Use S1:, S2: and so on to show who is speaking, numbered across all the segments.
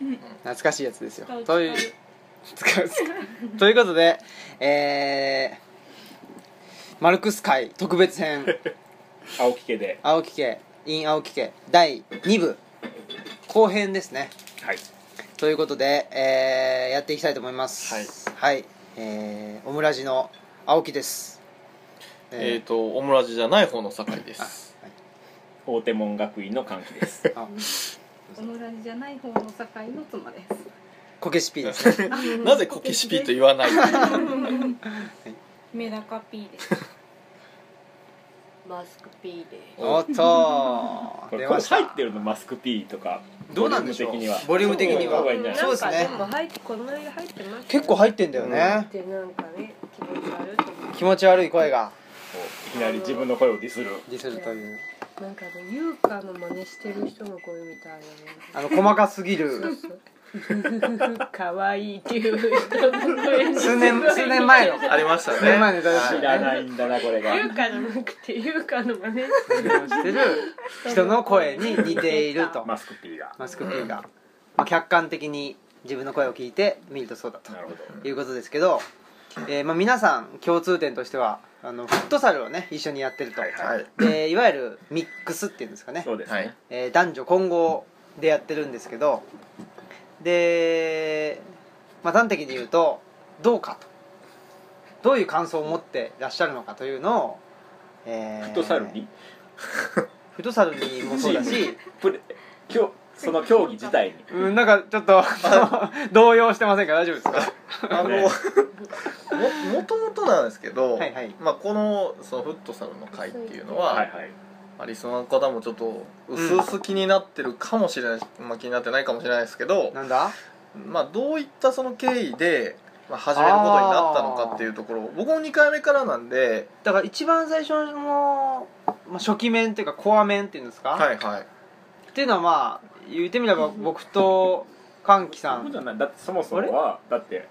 S1: うん
S2: 懐かしいやつですよ
S1: 使う
S2: という
S1: 使う
S2: 使う使うということでえー、マルクス会特別編
S3: 青木家で
S2: 青木家 in 青木家第2部後編ですね
S3: はい
S2: ということで、えーやっていきたいと思いますはい、えーオムラジの青木です
S4: えっ、とオムラジじゃない方の酒井です
S3: 大手門学院の歓喜です
S2: あ
S1: オムラジじゃない方の境の妻です
S2: こけし P です ね
S4: なぜこけしピーと言わ ない
S5: メダカピーです。
S6: マスクピーで
S2: おっと
S3: こ
S2: 出
S3: れ
S2: ま
S3: これ
S2: した
S3: 入ってるのマスク P とか
S2: どうなんでしょう
S3: ボ
S2: ボ
S3: リ
S2: リュー
S3: ューム
S2: ム
S3: 的
S2: 的
S3: に
S2: に
S3: は
S2: は
S3: そういう方がいいんじゃない
S2: そうですね
S6: なんかでも入ってこの間入ってました
S2: 結構入
S6: っ
S2: ってんだよね、
S6: てなんかね
S2: 気
S6: 気持ち悪いと思
S2: 持ち悪い声が
S3: こういきなり自分の声をディスる
S2: ディスるという
S6: うなんかあの優香の真似してる人の声みたい
S2: あの細かすぎ
S6: なね
S2: る
S6: そうそう可愛いっていう人の声に
S2: 数 年数年前の
S4: ありましたね
S2: 数年前の歌
S3: 知
S2: 詞
S3: らないんだなこれが
S6: 優香じゃなくて優香の真似
S2: してる人の声に似ていると
S3: マスク P が
S2: マスク P が、まあ、客観的に自分の声を聞いて見るとそうだと
S3: なるほど
S2: いうことですけど、えーまあ、皆さん共通点としてはあのフットサルをね一緒にやってると、
S3: はいはい
S2: でいわゆるミックスっていうんですかね
S3: そうです
S4: は
S3: ね、
S4: い
S2: えー男女混合でやってるんですけどで、まあ、端的に言うとどうかとどういう感想を持ってらっしゃるのかというのを、えー
S3: フットサルに
S2: フットサルにもそうだ し、
S3: プレきょその競技自体に
S2: うん、なんかちょっと動揺してませんか大丈夫ですか
S4: あの、
S3: ね
S4: ももともとなんですけど、
S2: はいはい
S4: まあ、このそのフットサルの会っていうの
S3: は
S4: は、
S3: いはい
S4: まあ、リスナーの方もちょっと薄々気になってるかもしれない、まあ、気になってないかもしれないですけど、
S2: なんだ
S4: まあ、どういったその経緯で、まあ、始めることになったのかっていうところ僕も2回目からなんで
S2: だから一番最初の、まあ、初期面というかコア面っていうんですか、
S4: はいはい
S2: っていうのはまあ言ってみれば僕と歓喜さ
S3: そういうんことじゃないだってそもそもはだって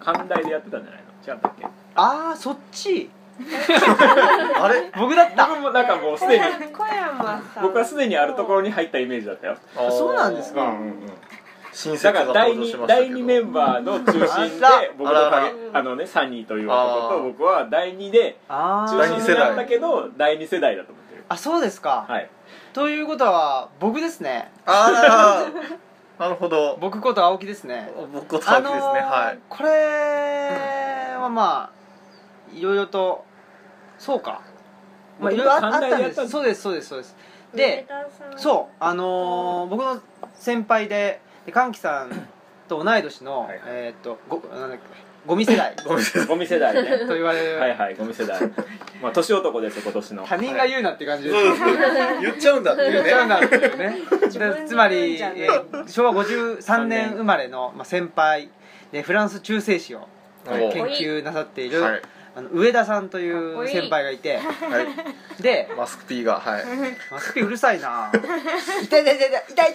S3: 寛大でやってたんじゃないの違ったっけ
S2: ああそっち
S4: あれ
S2: 僕だった
S3: 僕もなんかもうすでに
S6: 小山さん
S3: 僕はすでにあるところに入ったイメージだったよ
S4: あー
S2: そうなんですか
S3: うんうんうん
S4: 新設
S3: だ
S4: が
S3: から第
S4: 登場し
S3: 2
S4: ましたけ
S3: 第
S4: ど
S3: 二メンバーの中心で
S2: あら
S3: 僕と
S4: あらあ
S3: 影
S6: ら
S3: あのねサニーという男と僕は第2で
S2: あ
S3: 中
S2: ー
S4: 第二
S3: 心
S4: 世代
S3: なんだけど第2世代だと思ってる
S2: あそうですか、
S3: はい
S2: ということは僕ですね
S4: ああなるほど
S2: 僕こと青木ですね
S4: 僕こと青木ですね、
S2: あのー
S4: はい
S2: これはまあいろいろとそうかまあいろいろああ
S3: 考
S2: っ
S3: えて
S2: たん
S3: や
S2: で
S3: ったん
S2: す
S3: だ
S2: そうですそうですそうです
S6: 梅
S2: で
S6: 田さん
S2: そうあのー僕の先輩でで歓喜さんと同い年の、
S3: はいはい
S2: えーっとごなんだっけゴミ世代と
S4: ごめんなさい
S3: ゴミ世代ね
S2: 言われる、
S3: はいはいゴミ世代まあ年男ですよ今年の
S2: 他人が言うなって感じです、
S4: 言っちゃうんだってい
S2: 言
S4: う
S2: っちゃうん
S4: ね
S2: だっていうね
S6: 自分で
S2: でつまり、
S6: 言うんじ
S2: え
S6: ゃない
S2: ー昭和53年生まれの、まあ、先輩でフランス中世史を
S4: はい
S2: 研究なさっている
S4: はい、
S2: あの上田さんとい
S6: かっこ
S2: う
S6: いい
S2: 先輩がいて
S4: はい、
S2: で
S4: マスク P がはい
S2: マスピうるさいな痛い痛い痛い痛い痛い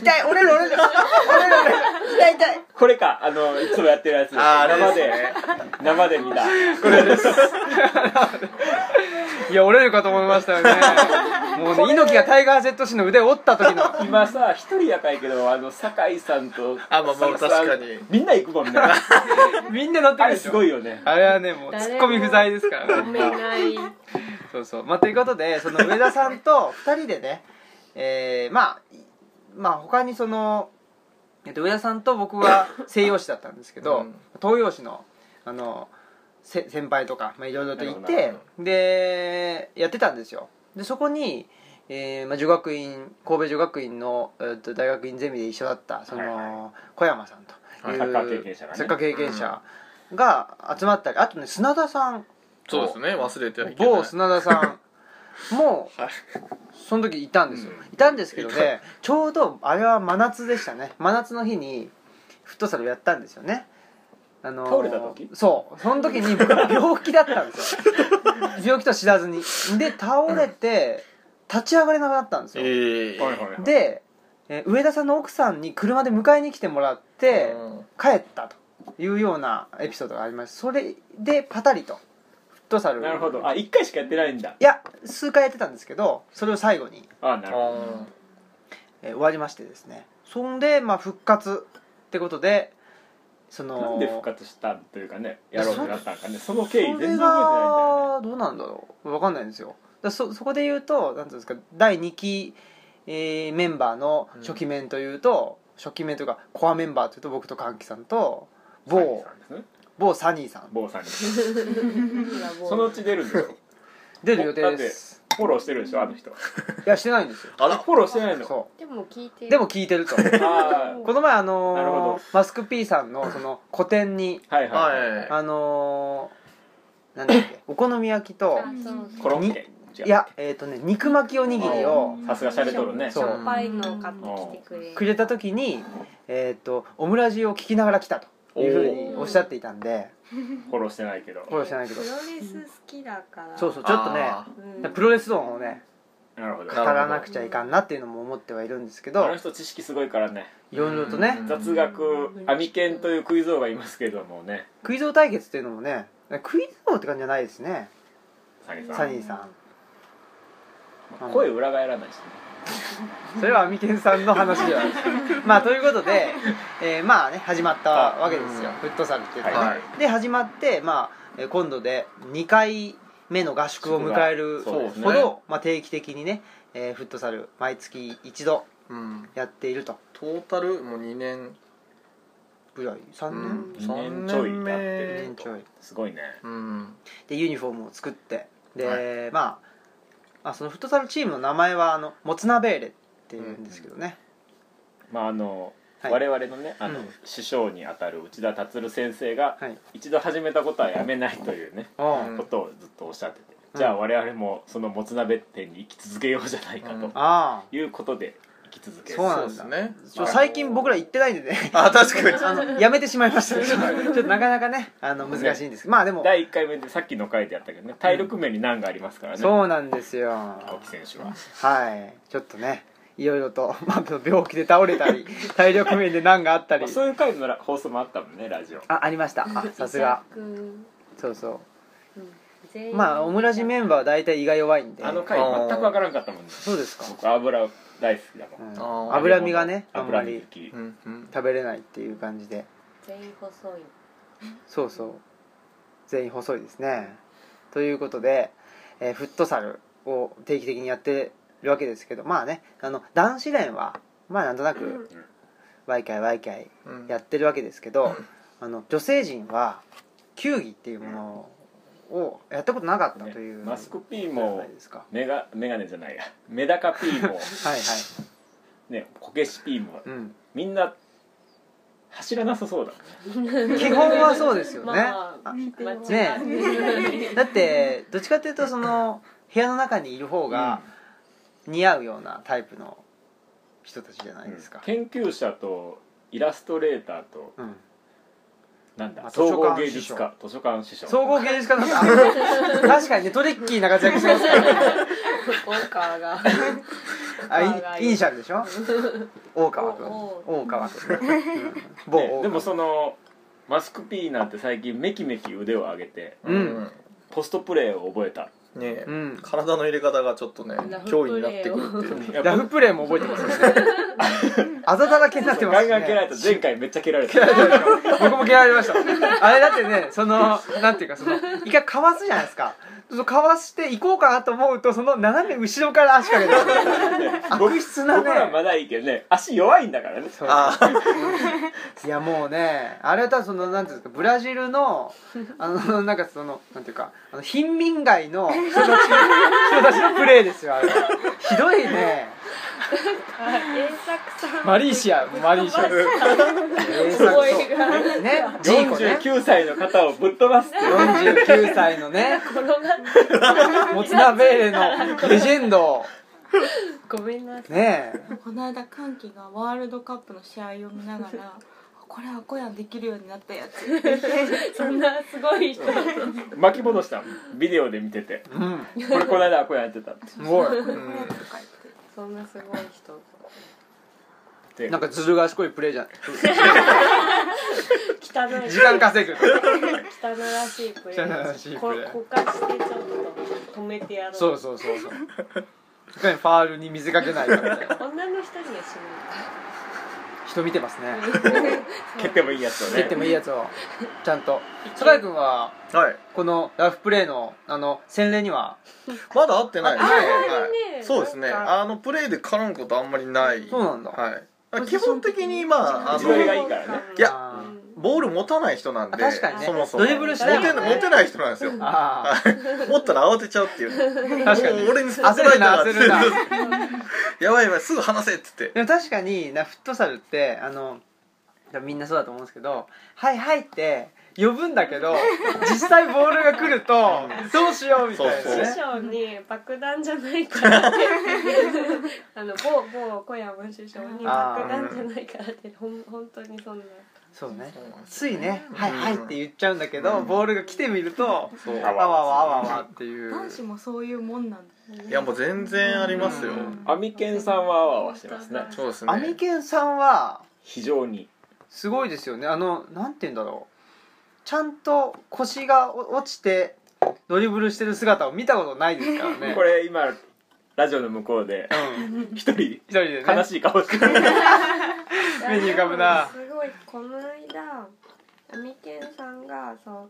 S2: 痛い折れる折れる折れる折れる痛い痛い
S3: これかあのいつもやってるやつ
S4: あーあれで
S3: 生
S4: す
S3: で
S4: ね
S3: 生で見た
S2: いや折れるかと思いましたよねもうね猪木がタイガー・ジェット氏の腕を折った時の
S3: 今さ一人やかいけどあの酒井さんと
S4: あまあま
S3: 佐
S4: あ
S3: 々木さん
S4: 確かに
S3: みんな行くも んね
S2: みんな乗って
S3: あ
S2: る
S3: れ
S2: でし
S3: す
S2: ょ
S3: ごいよね
S2: あれはねもうツッコミ不在ですから
S6: 褒
S2: ね
S6: めない
S2: そうそうまあということでその上田さんと2人でねえー、まあまあ他にその、えっと、上田さんと僕は西洋史だったんですけど、
S4: うん
S2: 東洋史のあのせ先輩とかまあいろいろとい
S3: なる
S2: てでやってたんですよでそこに、えーまあ、女学院神戸女学院の、えっと大学院ゼミで一緒だったその、
S3: はい
S2: 小山さんという
S3: はいサッカー経験者がね
S2: サッカー経験者が集まったりあとね砂田さん
S4: そうですね忘れてはいけない
S2: 某砂田さんも
S4: はい
S2: その時いたんですよ、
S3: う
S2: いたんですけどねちょうどあれは真夏でしたね真夏の日にフットサルをやったんですよねあのー
S3: 倒れた時
S2: そうその時に僕病気だったんですよ病気と知らずにで倒れて立ち上がれなくなったんですよ、
S4: ええ
S3: はいはいはい
S2: で、えー上田さんの奥さんに車で迎えに来てもらって、
S4: うん
S2: 帰ったというようなエピソードがありますそれでパタリとフットサル
S3: なるほどあ一回しかやってないんだ
S2: いや数回やってたんですけどそれを最後に、
S3: あなるほ
S4: あ
S2: えー終わりましてですねそんで、まあ、復活ってことでその
S3: なんで復活したというかねやろうってなったんかねその経緯全
S2: それ
S3: 然覚
S2: がどうなんだろう分かんないんですよだからそそこで言うとなんていうんですか第2期、えーメンバーの初期面というと、初期面というかコアメンバーというと僕と歓喜さんと
S3: えてないんだよね
S2: 某某サニーさん
S3: 坊さんですね坊さんに
S6: そ
S3: そのうち出るんですよ
S2: 出る予定です
S3: フォローしてるでしょあの人
S2: いやしてないんですよ
S4: あ
S3: フォローしてないの
S2: そ
S6: でも聞いて
S2: う
S6: る
S2: でも聞いてる と
S3: あ
S2: この前あ
S3: なるほ
S2: のー
S3: ど
S2: マスク P さんのその個展に
S3: ーはいはいはい、
S4: はい
S2: あのーなんだっけお好み焼きと
S6: あそうそう
S3: コロッケ違う
S2: いやえっ、とね肉巻きおにぎりを
S3: さすがシャレとるね
S6: し
S2: そう
S6: ょっぱいのを買ってきてくれ
S2: くれた時に、えー、とオムラジを聞きながら来たというふうにおっしゃっていたんで
S3: フォローしてないけど
S2: フォローしてないけど
S6: プロレス好きだから
S2: そうそうちょっとね
S4: あ
S6: うん
S2: プロレス論をね
S3: なるほど
S2: 語らなくちゃいかんなっていうのも思ってはいるんですけど
S3: あの人知識すごいからね
S2: いろいろとね
S4: うん
S3: 雑学アミケンというクイズ王がいますけどもね
S2: クイズ王対決っていうのもねクイズ王って感じじゃないですね
S3: サニーさ
S2: サ
S3: ん
S2: ニーさん
S3: 声裏返らないしね
S2: それはアミケンさんの話ではないです まあということで、えーまあね始まったわけですよ
S4: うん
S2: フットサルっていうのはね、
S4: はい
S2: で始まって、まあえー、今度で2回目の合宿を迎える
S3: そうですね
S2: ほど、まあ、定期的にね、えーフットサル毎月一度
S4: うん
S2: やっていると
S4: トータルもう2年
S2: ぐらい3
S4: う
S2: 年、
S4: ん
S3: 年
S4: 三
S3: ちょい経
S4: 年
S3: っ
S4: 目
S3: てる
S2: 年ちょい
S3: すごいね
S4: うん
S2: でユニフォームを作ってで、
S4: は
S2: まああそのフットサルチームの名前はあのモツナベーレっていうんですけどね、
S3: まああの、
S2: はい
S3: 我々のねあの、
S2: うん
S3: 師匠にあたる内田達先生が
S2: はい
S3: 一度始めたことはやめないというね、
S2: おう
S4: うん
S3: ことをずっとおっしゃってて、
S2: うん
S3: じゃあ我々もそのもつ鍋店に行き続けようじゃないか
S4: うん
S3: と
S2: あ
S3: いうことで行き続け
S2: そうなんだ
S4: ですね
S2: あちょ最近僕ら行ってないんでね
S4: あ確かに
S2: あのやめてしまいましたねちょっとなかなかねあの難しいんですけどまあでも
S3: 第1回目でさっきの回でやったけどね体力面に難がありますからね、
S2: そうなんですよ
S3: 青木選手は
S2: はいちょっとねいろいろと、 まあ、病気で倒れたり体力面で難があったり
S3: まあそういう回のら放送もあったもんねラジオ
S2: あありました あさすが
S6: 伊沢君
S2: そうそ
S6: うん全
S2: う
S6: 員
S2: まあオムラジメンバーは大体胃が弱いんで
S3: あの回
S4: あー
S3: 全く分からんかったもんね
S2: そうですか、
S3: 僕油大好きだも
S2: う
S3: ん、
S2: ん
S4: あー
S2: 脂身がねあんま
S3: 油身
S2: り
S3: 好き
S4: うんうん
S2: 食べれないっていう感じで
S6: 全員細い
S2: そうそう全員細いですねということで、えーフットサルを定期的にやってるわけですけどまあねあの男子連はまあなんとなくワイカイワイカイ
S4: うん
S2: やってるわけですけどあの女性陣は球技っていうものをやったことなかったという、
S3: ねマスク P
S2: じゃな
S3: も
S2: いですか
S3: メガメガネじゃないやメダカ P も
S2: はいはい
S3: ねこけし P も
S2: うん
S3: みんな走らなさそうだもんね
S2: 基本はそうですよね、
S6: ま
S2: あ
S6: あ間違い
S2: だってどっちかっていうとその部屋の中にいる方が似合うようなタイプの人たちじゃないですか、
S3: 研究者とイラストレーターと
S2: うん
S3: なんだ
S2: あ
S3: 総合芸術家図書館師匠
S2: 総合芸術家だった あ確かにねトリッキーな活躍してますからね
S6: 大川が
S2: あいイニシャルでしょ大川君
S6: お
S2: 大川君、 うん、某大
S3: ね
S2: 川
S3: でもそのマスク P なんて最近メキメキ腕を上げて
S2: うん
S3: ポストプレーを覚えた
S4: ねえ
S2: うん
S4: 体の入れ方がちょっとね
S6: ラフ
S4: 脅威になってくるっていう
S3: やっ
S2: ラ
S3: ぱ
S2: フプレーも覚えてますよね あざだらけになってま
S3: ガ
S2: す
S3: ン
S2: ね
S3: ガン蹴られた前回めっちゃ蹴 られた
S2: 僕も嫌われましたあれだってねそのなんていうかその一回かわすじゃないですかそのかわして行こうかなと思うとその斜め後ろから足かけて悪質な
S3: 僕らま
S2: ね
S3: だいいけどね足弱いんだからね
S2: そう
S4: あー
S2: いやもうねあれはただそのなんていうんですかブラジルのあのなんかそのなんていうかあの貧民街の人たちの人たちのプレーですよあれはひどいね
S6: 栄作さん
S2: マリーシアマリーシアえ
S6: すごいが
S2: ねジーコね
S3: 49歳の方をぶっ飛ばすっていう
S2: 49歳のね
S6: 転がって
S2: モツナベーレのレジェンドを
S6: ごめんなさい
S2: ね
S5: この間歓喜がワールドカップの試合を見ながらこれアコヤンできるようになったやつ
S6: そんなすごい人
S3: 巻き戻したもんビデオで見てて
S2: えうん
S3: これこの間アコヤやってたって
S2: すごい
S4: うん
S5: とか言って
S6: そんなすごい人
S3: で
S2: なんかずる賢いプレーじゃん
S6: 汚い
S2: 時間稼ぐ
S6: 汚らしいプレー
S2: 汚らしいプレー
S6: ここかしてちょっと止めてやろう
S2: そうそうそうそういかにファールに水かけないかみたいな
S6: 女の人にはし
S2: 人見てますね
S3: 蹴ってもいいやつをね
S2: 蹴ってもいいやつをちゃんと酒井君は
S4: はい
S2: このラフプレーのあの洗礼には
S4: まだ会ってないですね、
S2: あ
S4: はい、そうですね
S6: なんか
S4: あのプレイで絡むことあんまりない
S2: そうなんだ、
S4: はい、基本的にまああ
S3: 自分が
S4: の
S3: いいからね
S4: いや
S2: あー
S4: ボール持たない人なんで
S2: 確かにね
S4: そもそも
S2: ドリブルしないもんね
S4: 持て持てない人なんですよ
S2: あ
S4: 持ったら慌てちゃうっていう
S2: ー確かに
S4: もう俺にスポッ
S2: 焦
S4: トラ
S2: る
S4: イトが
S2: な焦るな
S4: やばいやばいすぐ話せっつって
S2: でも確かになフットサルってあの多分みんなそうだと思うんですけど「はいはい」って呼ぶんだけど実際ボールが来るとどうしようみたい
S4: そう
S2: な
S4: そう
S2: ね
S6: 師匠に爆弾じゃないからってあの某某小山文師匠に
S2: あー
S6: 爆弾じゃないからってほん本当にそんな
S2: そうね
S4: そうなんです
S2: ついね「はいはい」って言っちゃうんだけど、
S4: うん
S2: ボールが来てみると「
S4: そう
S2: あわわわわわ」っていう
S5: 男子もそういうもんなんだね
S4: いやもう全然ありますよ
S5: うん
S3: アミケンさんはあわあわしてますね
S4: そうですね
S2: アミケンさんは
S3: 非常に
S2: すごいですよねあのなんて言うんだろうちゃんと腰がお落ちてドリブルしてる姿を見たことないですから ね
S3: これ今ラジオの向こうで
S2: うん
S3: 一人
S2: 一人でね
S3: 悲しい顔してる
S2: 目に浮かぶな
S6: すごいこの間アミケンさんがそう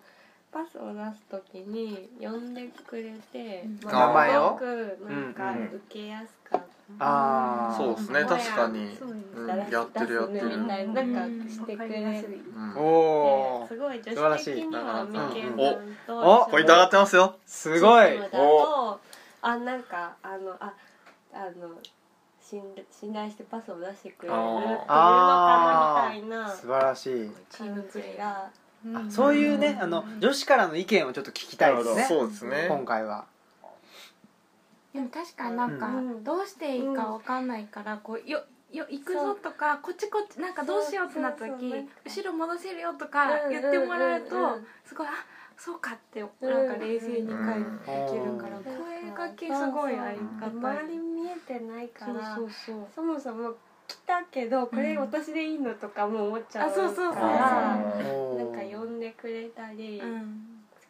S6: パスを出す時に呼んでくれて、
S4: 名前
S2: を
S6: すごくなんか
S3: うんうん
S6: 受けやすかった、
S2: ああ
S4: そうですね確かに
S6: そうです
S4: うん
S6: だらし
S4: やってるやってる
S6: 出すねみたいななんかしてくれて
S4: うん
S2: おお
S6: すごい
S2: 素晴
S6: 女
S2: ら
S6: 子
S2: し
S6: 的
S2: い
S6: にはアミケンさ
S4: お
S6: んと
S2: お
S4: ポイント上がってますよ
S2: すごい
S6: だとあなんかあのああの信信頼してパスを出してくれるっていうのかなみたいな
S2: 素晴らしい
S6: 感じが
S2: あそういうねあの女子からの意見をちょっと聞きたいですね
S4: そうですね
S2: 今回は
S5: でも確かになんか
S6: うん
S5: どうしていいかわかんないからこうよよ行くぞとかこっちこっちなんかどうしようってなっ
S6: そ
S5: た
S6: うそう
S5: 時
S6: そうなんか
S5: 後ろ戻せるよとか言ってもらうと
S6: うんうんうん
S5: すごいあそうかってなんか冷静に
S4: う
S5: 返っ
S4: ん
S5: てきるから
S2: うん
S5: 声がけすごいありがたい
S6: 周り見えてないから
S5: そうそうそう
S6: そもそも来たけどこれ私でいいのとかも思っちゃうから、
S5: あそうそうそう
S6: な
S2: お
S6: んか
S2: ー
S6: 呼んでくれたり、
S5: うん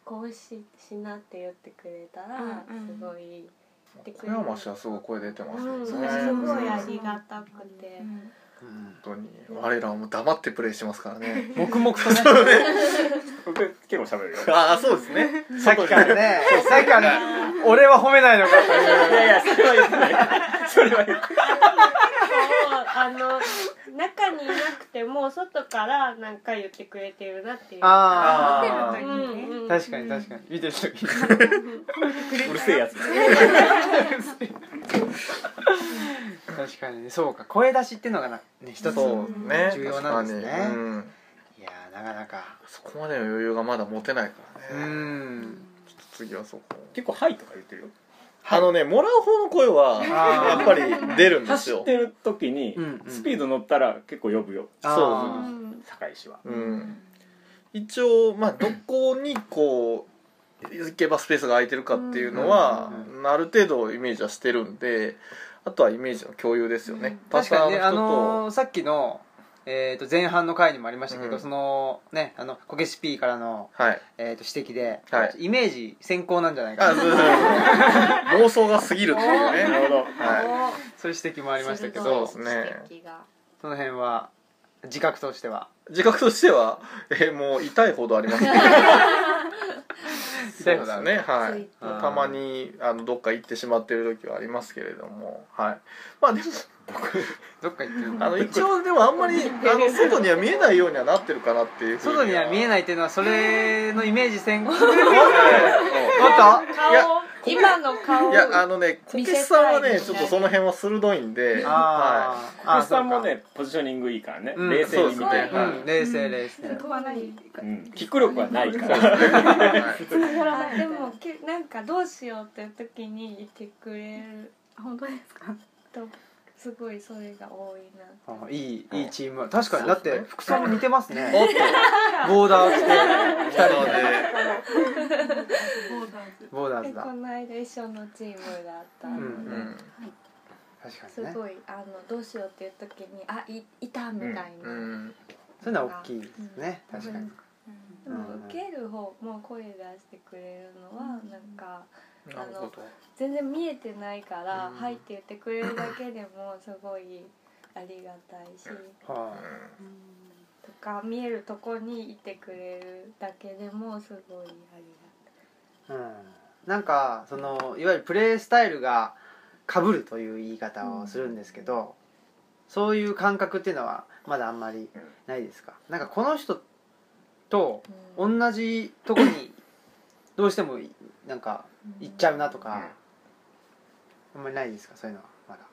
S6: こうししなって言ってくれたら
S5: うんうん
S6: すごい、
S4: 小山氏はすごい声出てま
S6: う
S4: すよ
S6: ん
S4: ね
S6: す
S5: そ
S6: ごい
S5: で
S6: あ
S5: す
S6: りがたくて、
S2: うん
S4: 本当に我らはもう黙ってプレイしてますからね
S2: 黙々とね
S3: 僕結構喋るよ
S4: ああそうですね
S2: さっきからねさっきからね俺は褒めないのかと
S3: い
S2: いう
S3: やいやそれは言ってないそれは言ってない
S6: あの中にいなくても外から何か言ってくれてるなっていう。
S2: あ
S4: あ
S5: ー
S6: うんう
S2: あ
S6: ん
S2: 確かに確かに見てる時に
S3: うるせえやつ
S2: 確かにねそうか声出しっていうのがなね一つ
S4: そうね
S2: 重要なんですね
S4: 確かにうん
S2: いやーなかなか
S4: そこまでの余裕がまだ持てないか
S2: う
S4: らね
S2: ん
S4: ちょっと次はそこ
S3: 結構「はい」とか言ってるよ
S4: あのねもらう方の声は
S2: あー
S4: やっぱり出るんです
S3: 走っ
S4: よ
S3: てる時に
S2: うんうん
S3: スピード乗ったら結構呼ぶよ
S2: あ
S6: う
S2: ー
S6: ん
S3: 堺市は
S4: うん一応まあどこにこう行けばスペースが空いてるかっていうのは
S2: う
S4: ある程度イメージはしてるんであとはイメージの共有ですよねパ
S2: 確
S4: ター
S2: か
S4: ン
S2: に
S4: の
S2: ねあ
S4: 人
S2: のーさっきのえーと前半の回にもありましたけど、
S4: うん
S2: そのねあのこけし P からの、
S4: とはい
S2: えー、と指摘で、
S4: はい
S2: イメージ先行なんじゃない
S4: あ
S2: か
S4: そ
S2: な
S4: うそうそう妄想が過ぎるっていうね
S3: なるほど
S4: は
S2: そういう指摘もありましたけ
S4: そう
S2: ど
S4: で
S2: そ
S4: すね
S6: 指摘が
S2: の辺は自覚としてはい
S4: 自覚としてはえーもう痛いほどありますね
S2: 痛いほどあ
S4: そ
S2: る
S4: うですねは
S6: つい
S4: い
S6: て
S2: あー
S4: たまにあのどっか行ってしまってる時はありますけれどもはいまあでも
S2: どっか行ってるの
S4: あの一応でもあんまりあの外には見えないようにはなってるかなっていうふう
S2: 外には見え
S4: い
S2: ないっていうのはそれのイメージ先行もっ
S6: 顔
S4: いや
S6: 今の顔
S4: いやあのね小
S6: 見せ
S4: 吉
S6: たい
S4: さんはね
S6: みたいな
S4: ちょっとその辺は鋭いんで
S2: と
S4: は
S2: あー
S3: 福
S2: あー
S3: 士さんもねポジショニングいいからね
S2: うん
S3: 冷静に見て
S4: そうですね
S3: はい
S2: うん、冷静冷静、
S5: 飛ばない
S3: うんキック力はないか
S4: い
S3: ら
S4: はい
S6: あでもけなんかどうしようって時にいてくれる
S5: 本当ですか
S6: とすごいそれが多いな
S2: あーいいいいチーム確かにだっ
S4: そう
S2: て
S4: ですね
S2: 服装も似てます
S4: お
S2: ね
S4: っと
S2: ボーダー着て
S4: 二人
S5: ボーダーズ
S2: ボーダー
S6: で
S2: ズだ
S6: この間一緒のチームだったので、
S2: うん
S4: でうん
S2: 確か
S6: す
S2: にね
S6: ごいあのどうしようっていう時にあいいたみたいな、
S4: うん
S2: そういうのは大きいですね
S6: うん
S2: 確かに
S6: でも受ける方も声出してくれるのはなんか
S4: なるほど
S6: 全然見えてないから「
S2: うん
S6: はい」って言ってくれるだけでもすごいありがたいし、
S2: は
S4: う
S6: とか見えるとこにいてくれるだけでもすごいあり
S2: あうん、なんかそのいわゆるプレースタイルが被るという言い方をするんですけど、そういう感覚っていうのはまだあんまりないですかなんかこの人と
S5: うん
S2: 同じとこにどうしてもいなんか行っちゃうなとか、あんまりないですかそういうのはまだ
S6: が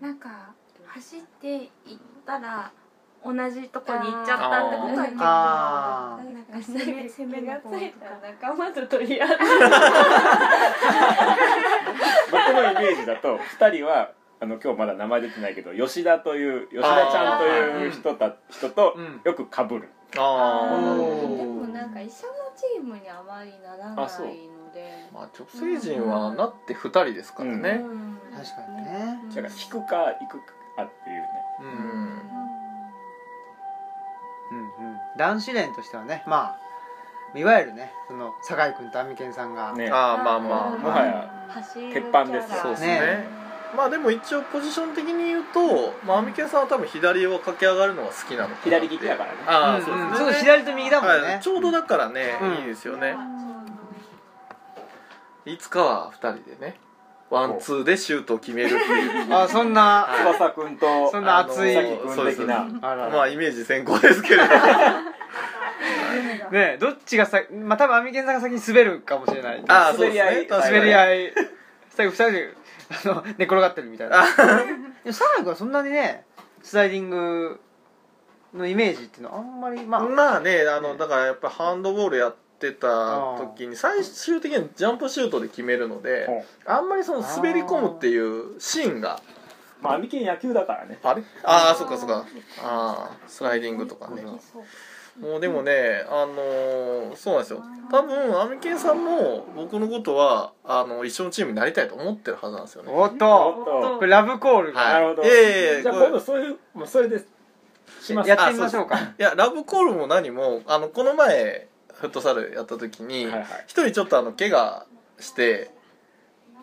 S6: たい。
S5: なんか走って行ったら同じとこに行っちゃったってことは結構
S2: あー
S5: なんか攻め攻
S6: 攻
S5: め
S6: め
S5: の
S6: が
S5: 方
S6: つ
S5: と
S6: い
S5: か
S6: た仲間と取り合って
S3: 僕のイメージだと2人はあの今日まだ名前出てないけど吉田という吉田ちゃんという人た人と
S2: うん
S3: よくかぶる
S4: んあ
S2: お
S6: で
S2: ー
S6: もなんか一緒のチームにあまりならない
S3: あそう
S6: ので
S4: あまあ女性陣はなって2人ですからね
S6: うん
S2: 確かにね
S3: だから引くか行くかっていうね
S4: うん、
S2: うんうん男子連としてはねまあいわゆるねその酒井君とアミケンさんが、
S3: ね
S4: ああまあまあ
S3: もはや
S6: 走る
S3: 鉄板です
S6: キャラ
S4: そうですね
S2: ね
S4: まあでも一応ポジション的に言うと、まあ、アミケンさんは多分左を駆け上がるのが好きなのかな
S3: 左利きだからね
S4: ああ、
S2: うん
S4: そうですね、
S2: うんすぐ左と右だもんね、
S4: はい、ちょうどだからね、
S2: うん
S4: いいですよねいつかは2人でねワンツーでシュートを決めるって いう
S2: あそんな
S3: 翼くんと
S2: そん
S3: さ
S2: な熱い
S3: きくん的な
S2: あら
S4: まあイメージ先行ですけれど
S2: ねえどっちがさまあ多分アミケンさんが先に滑るかもしれない
S4: ああそうです
S3: 滑り合
S4: ね
S3: い
S4: 確かに
S2: 滑り合い最後2人であの寝転がってるみたいな でもサラ君はそんなにねスライディングのイメージっていうのはあんまりまあ、
S4: まあねあの
S2: ね
S4: だからやっぱハンドボールやってた時に最終的にジャンプシュートで決めるのであんまりその滑り込むっていうシーンが
S3: まあアミキン野球だからね
S4: あれああそっかそっかああスライディングとかねもうでもねあのーそうなんですよ多分アミケンさんも僕のことはあの一緒のチームになりたいと思ってるはずなんですよね
S2: おっと
S3: おっと
S2: これラブコールが、
S4: はい
S3: なるほど
S4: いえいえ
S3: じゃあ
S4: これ
S3: 今度そういうもうそれでします
S2: やってみましょうか
S4: いやラブコールも何もあのこの前フットサルやった時に、
S3: はいはい
S4: 一人ちょっとあの怪我して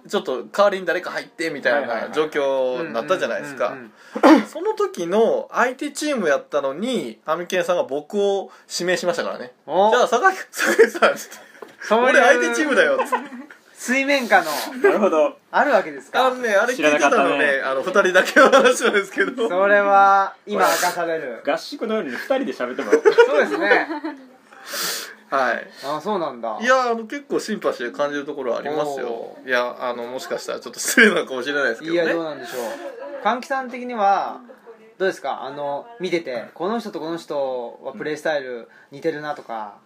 S4: ちょっと代わりに誰か入ってみたい
S3: はいはい
S4: な
S3: はい
S4: 状況になったじゃないです
S2: うん
S4: か
S2: うんうん
S4: その時の相手チームやったのにアミケンさんが僕を指名しましたからね
S2: お
S4: じゃあ坂井坂井さんつ って
S2: そういう
S4: 俺相手チームだよつって
S2: 水面下の
S3: なるほど
S2: あるわけです
S4: あ
S2: か
S4: のねあれ聞い
S3: 知
S4: て
S3: らなか
S4: た
S3: ったね
S4: のねあの二人だけの話なんですけど
S2: それは今明かされる
S3: 合宿のように2人で喋ってもらおう
S2: そうですね
S4: はい
S2: あそうなんだ
S4: いやあの結構シンパシー感じるところはありますよ
S2: お
S4: いやあのもしかしたらちょっと失礼なのかもしれないですけど
S2: い
S4: ね
S2: やどうなんでしょう換気さん的にはどうですかあの見ててこの人とこの人はプレイスタイル似てるなとか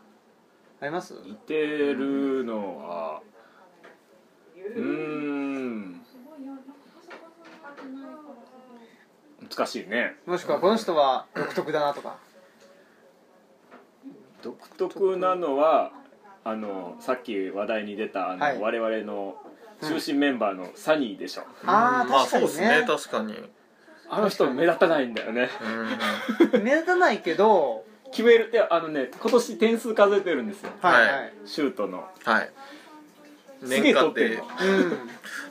S2: あります
S3: 似てるのはうーん難しいね
S2: もしくはこの人は独特だなとか
S3: 独特なのはあのさっき話題に出たあの、
S2: はい
S3: 我々の中心メンバーのサニーでしょ、
S2: あ
S4: うん
S2: ー
S4: まあ
S2: 確か
S4: そう
S2: に
S4: ですね
S2: ね
S4: 確かにうん
S3: あの人目立たないんだよね
S2: 目立たないけど
S3: 決めるってあのね今年点数数えてるんですよ
S2: はいは
S4: はい
S3: シュートの
S4: はい
S3: すげえ取
S4: 年間
S3: っ
S4: って
S3: る
S4: て
S3: の
S2: うん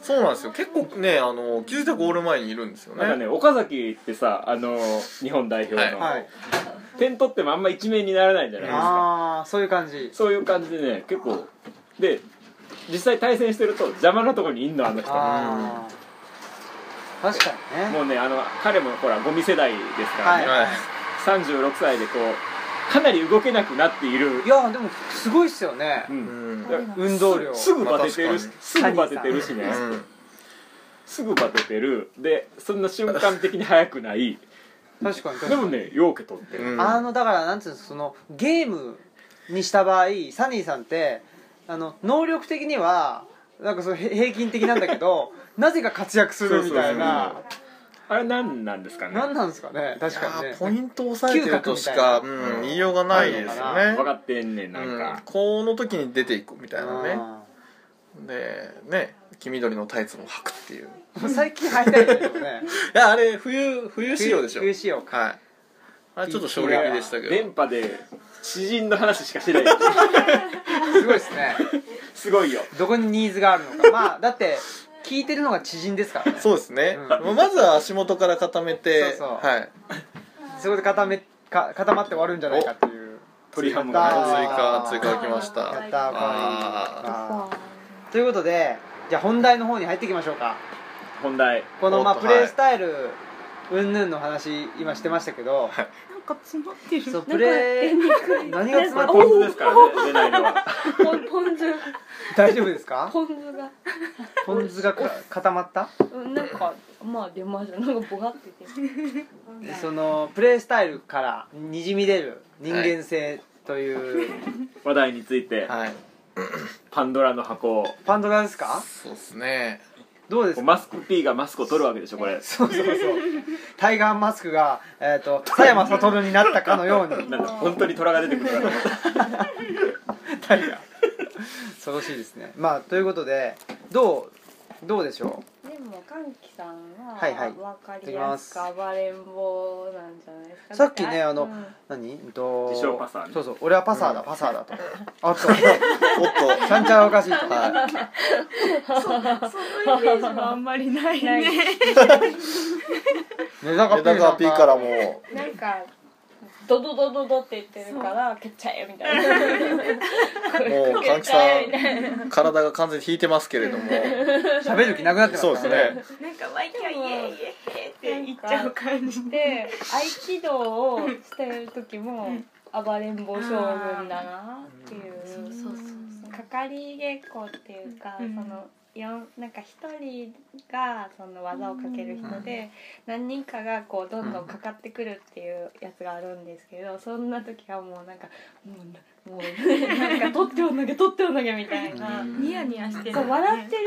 S4: そうなんですよ結構ねあの気づいたらゴール前にいるんですよね
S3: なんかね岡崎ってさあの日本代表の、
S2: はい
S3: 点取ってもあんま一面にならないじゃないですか
S2: ああそういう感じ
S3: そういう感じでね結構で実際対戦してると邪魔なところにいんのあの人
S2: ああ確かにね
S3: もうねあの彼もほらゴミ世代ですからね、
S2: は
S4: はい
S3: 36歳でこうかなり動けなくなっている
S2: い、やでもすごいっすよね
S3: うん
S4: うん
S3: だから
S2: 運動量
S3: すぐバテてるし
S4: まあ確かに
S3: すぐバテてるしね
S4: うん
S3: すぐバテてるでそんな瞬間的に速くない
S2: 確かに確
S3: で
S2: かに
S3: もねようけ取ってる、
S4: うん
S2: あのだからなんつうのそのゲームにした場合サニーさんってあの能力的にはなんかそのへ平均的なんだけ どなぜか活躍するみたいな
S3: そうあれ何なんですかね
S2: 何なんですかね確か
S4: あ
S2: にね
S4: ーポイントを抑えてるとしか、
S2: 嗅
S4: うん、言いようがないですよね
S3: 分かってんねんなん
S4: うん
S3: か、
S4: この時に出ていくみたいなね
S2: あ
S4: でね黄緑のタイツも履くっていうい
S2: ー最近履いたいけど ね
S4: やあれ冬冬仕様でしょ
S2: 冬仕様か
S4: はいあれちょっと衝撃でしたけど
S3: 電波で詩人の話しかしない
S2: すごいですね
S3: すごいよ
S2: どこにニーズがあるのかまあだって聞いてるのが知人ですからね
S4: そうですね、
S2: う
S4: まずは足元から固めて
S2: そうそう
S4: はい
S2: そこで固めか固まって終わるんじゃないかっていう
S3: 鳥ハム
S2: あ
S4: 追
S3: が
S2: ー
S4: 加追加きました
S2: やったーかわ
S4: あー
S2: いいあーということでじゃあ本題の方に入っていきましょうか
S3: 本題
S2: このまあ
S4: おっ
S2: プ
S4: と
S2: レースタイル云々の話今してましたけど
S5: なんか詰まってる
S2: そうプレー何が詰まって
S3: ポン酢
S2: る
S3: ですからね出ないのは
S6: ポンポン酢
S2: 大丈夫ですか
S6: ポン酢が
S2: ポン酢がか固まった
S6: うんなんかまあ出ましたなんかボガってて
S2: そのプレースタイルからにじみ出る人間性という、
S3: 話題について
S4: はい
S3: パンドラの箱を
S2: パンドラですか
S4: そうですね
S2: どうですか
S3: マスク P がマスクを取るわけでしょこれ
S2: そうそうそうタイガーマスクが、えー、と佐山悟になったかのように
S3: なんか本当に虎が出てくるからと思った
S2: タイガー恐ろしいですねまあということでどうどうでしょ
S6: でも歓喜さんは
S2: はいはい
S6: わかりやすく暴れん坊なんじゃないですか
S2: さっきねあの
S6: うん
S2: う何うんと
S3: 自称パサーね
S2: そうそう俺はパサーだ、パサーだとあと
S4: おっ
S2: ちゃんちゃんはおかしい と、
S4: は
S5: イメージはあんまりないね
S2: メダ
S4: とメダカ P からも
S6: なんかドドドドドって言ってるから蹴っちゃえみたいな
S4: もう
S6: 蹴
S4: 換
S6: っ
S4: 気
S6: ちゃえみ
S4: さ
S6: たいなん
S4: 体が完全に引いてますけれども
S2: 喋る気なくなってます
S4: そう
S2: か
S4: で
S2: ら
S4: すね
S5: なんかワイキャイエイエイエイって言っち
S6: な
S5: ゃ
S6: ん
S5: う
S6: か
S5: 感じで
S6: で合気道をしてる時も暴れん坊将軍だなっていう
S5: そうそうそう
S6: かかり稽古っていうか、
S5: うん
S6: そのよんなんか一人がその技をかける人で、何人かがこうどんどんかかってくるっていうやつがあるんですけどそんな時はもうなんかもうもうなんか取ってお投げ取ってお投げみたいな。
S5: ニヤニヤしてる
S6: そう笑って る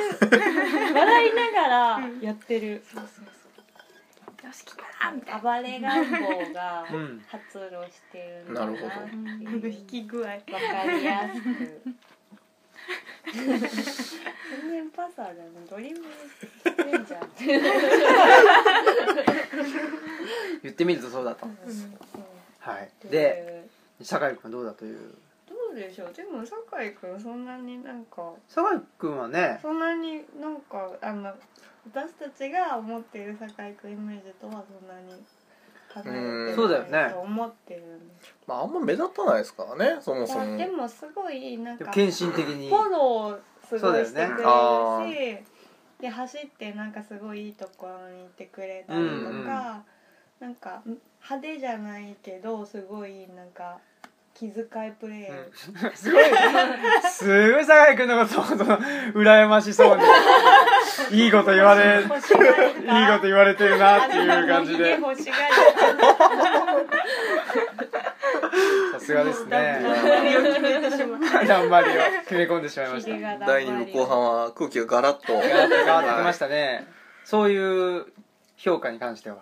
S6: 笑いながらやってる
S5: そうそうそうよし来たみたいな
S6: 暴れ願望が
S2: うん
S6: 発露してる
S4: なるほど
S5: あの引き具合
S6: わかりやすく全然パサーだねドリブルしてんじゃん
S2: 言ってみるとそうだとはい
S6: うん
S2: で酒井君はどうだという
S6: どうでしょうでも酒井君そんなになんか
S2: 酒井君はね
S6: そんなになんかあの私たちが思っている酒井君イメージとはそんなに離れて
S4: うん
S2: そうだよね
S6: と思ってるんです
S4: まああんま目立たないですからねそもそ
S6: いやで
S4: も
S6: もすごいなん
S2: で
S6: か
S2: も献身的に
S6: フォローすごいしてくれ
S2: そう
S6: るし、
S2: だ
S4: よ
S6: で走ってなんかすごいいいところに行ってくれたりとか、
S2: うんうん
S6: なんか派手じゃないけどすごいなんか気遣いプレ ー、
S2: すごいすごい酒井君のことを羨ましそう にいいこと言われいいこ
S6: 欲しがるか
S2: と言われてるなっていう感
S6: あの
S2: じ
S6: ひ
S2: で
S6: げ欲しがる
S2: さすがですね
S5: を決めてしまう
S2: 頑張りを決め込んでしまいま
S6: か
S2: し
S6: ひ
S2: た
S6: げが頑張
S4: 第
S6: り
S4: 2部後半は空気がガラッと
S2: 変わってきましたねそういう評価に関しては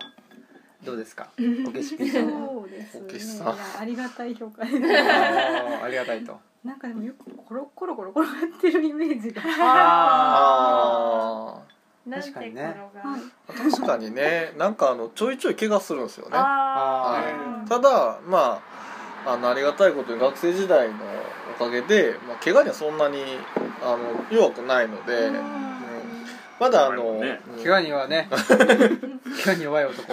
S2: どうですかおけしぴーさんは
S5: そうです
S4: お
S5: ね
S4: けし
S5: い
S4: さん
S5: やありがたい評価
S2: あーありがたいと
S5: なんかでもよくコロコロコロ転がってるイメージが
S2: あ
S4: あ
S6: なんて
S2: 確か
S6: 転
S2: にね
S6: がる
S4: あ確かにねなんかあのちょいちょい怪我するんですよね
S6: あ
S2: あ
S4: ただまああのありがたいことに学生時代のおかげで、まあ、怪我にはそんなにあの弱くないので、うんまだあの、
S3: ね
S4: うん
S2: 怪我にはね怪我に弱い男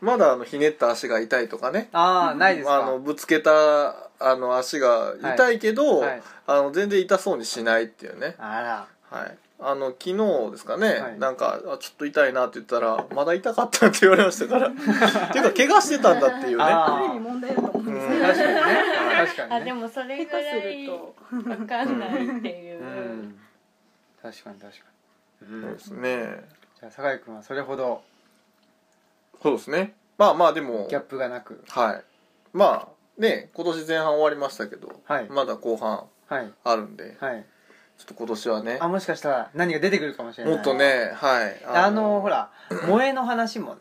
S4: まだあのひねった足が痛いとかね
S2: ああないです
S4: まあ、あの
S2: か
S4: ぶつけたあの足が痛いけど、
S2: はい
S4: あの全然痛そうにしないっていうね、
S2: あら
S4: はい、あの昨日ですかね、
S2: はい
S4: なんかあちょっと痛いなって言ったらまだ痛かったって言われました からっていうか怪我してたんだっていうね
S2: あ
S5: ある意味問題だと思うんです
S4: うん
S5: よ
S2: 確かにね確か
S6: あ
S2: に
S6: で
S2: ね
S6: もそれ
S5: 下
S6: ぐら
S5: 手す
S6: い
S5: ると
S6: わかんないっていうう、
S2: ん確かに確かにう
S4: そうんですね
S2: じゃあ酒井君はそれほど
S4: そうですねまあまあでも
S2: ギャップがなく
S4: はいまあね今年前半終わりましたけど、
S2: はい
S4: まだ後半
S2: はい
S4: あるんで
S2: はい
S4: ちょっと今年はね
S2: あもしかしたら何が出てくるかもしれない
S4: もっとねはい
S2: あのほ ら萌えの話も
S3: は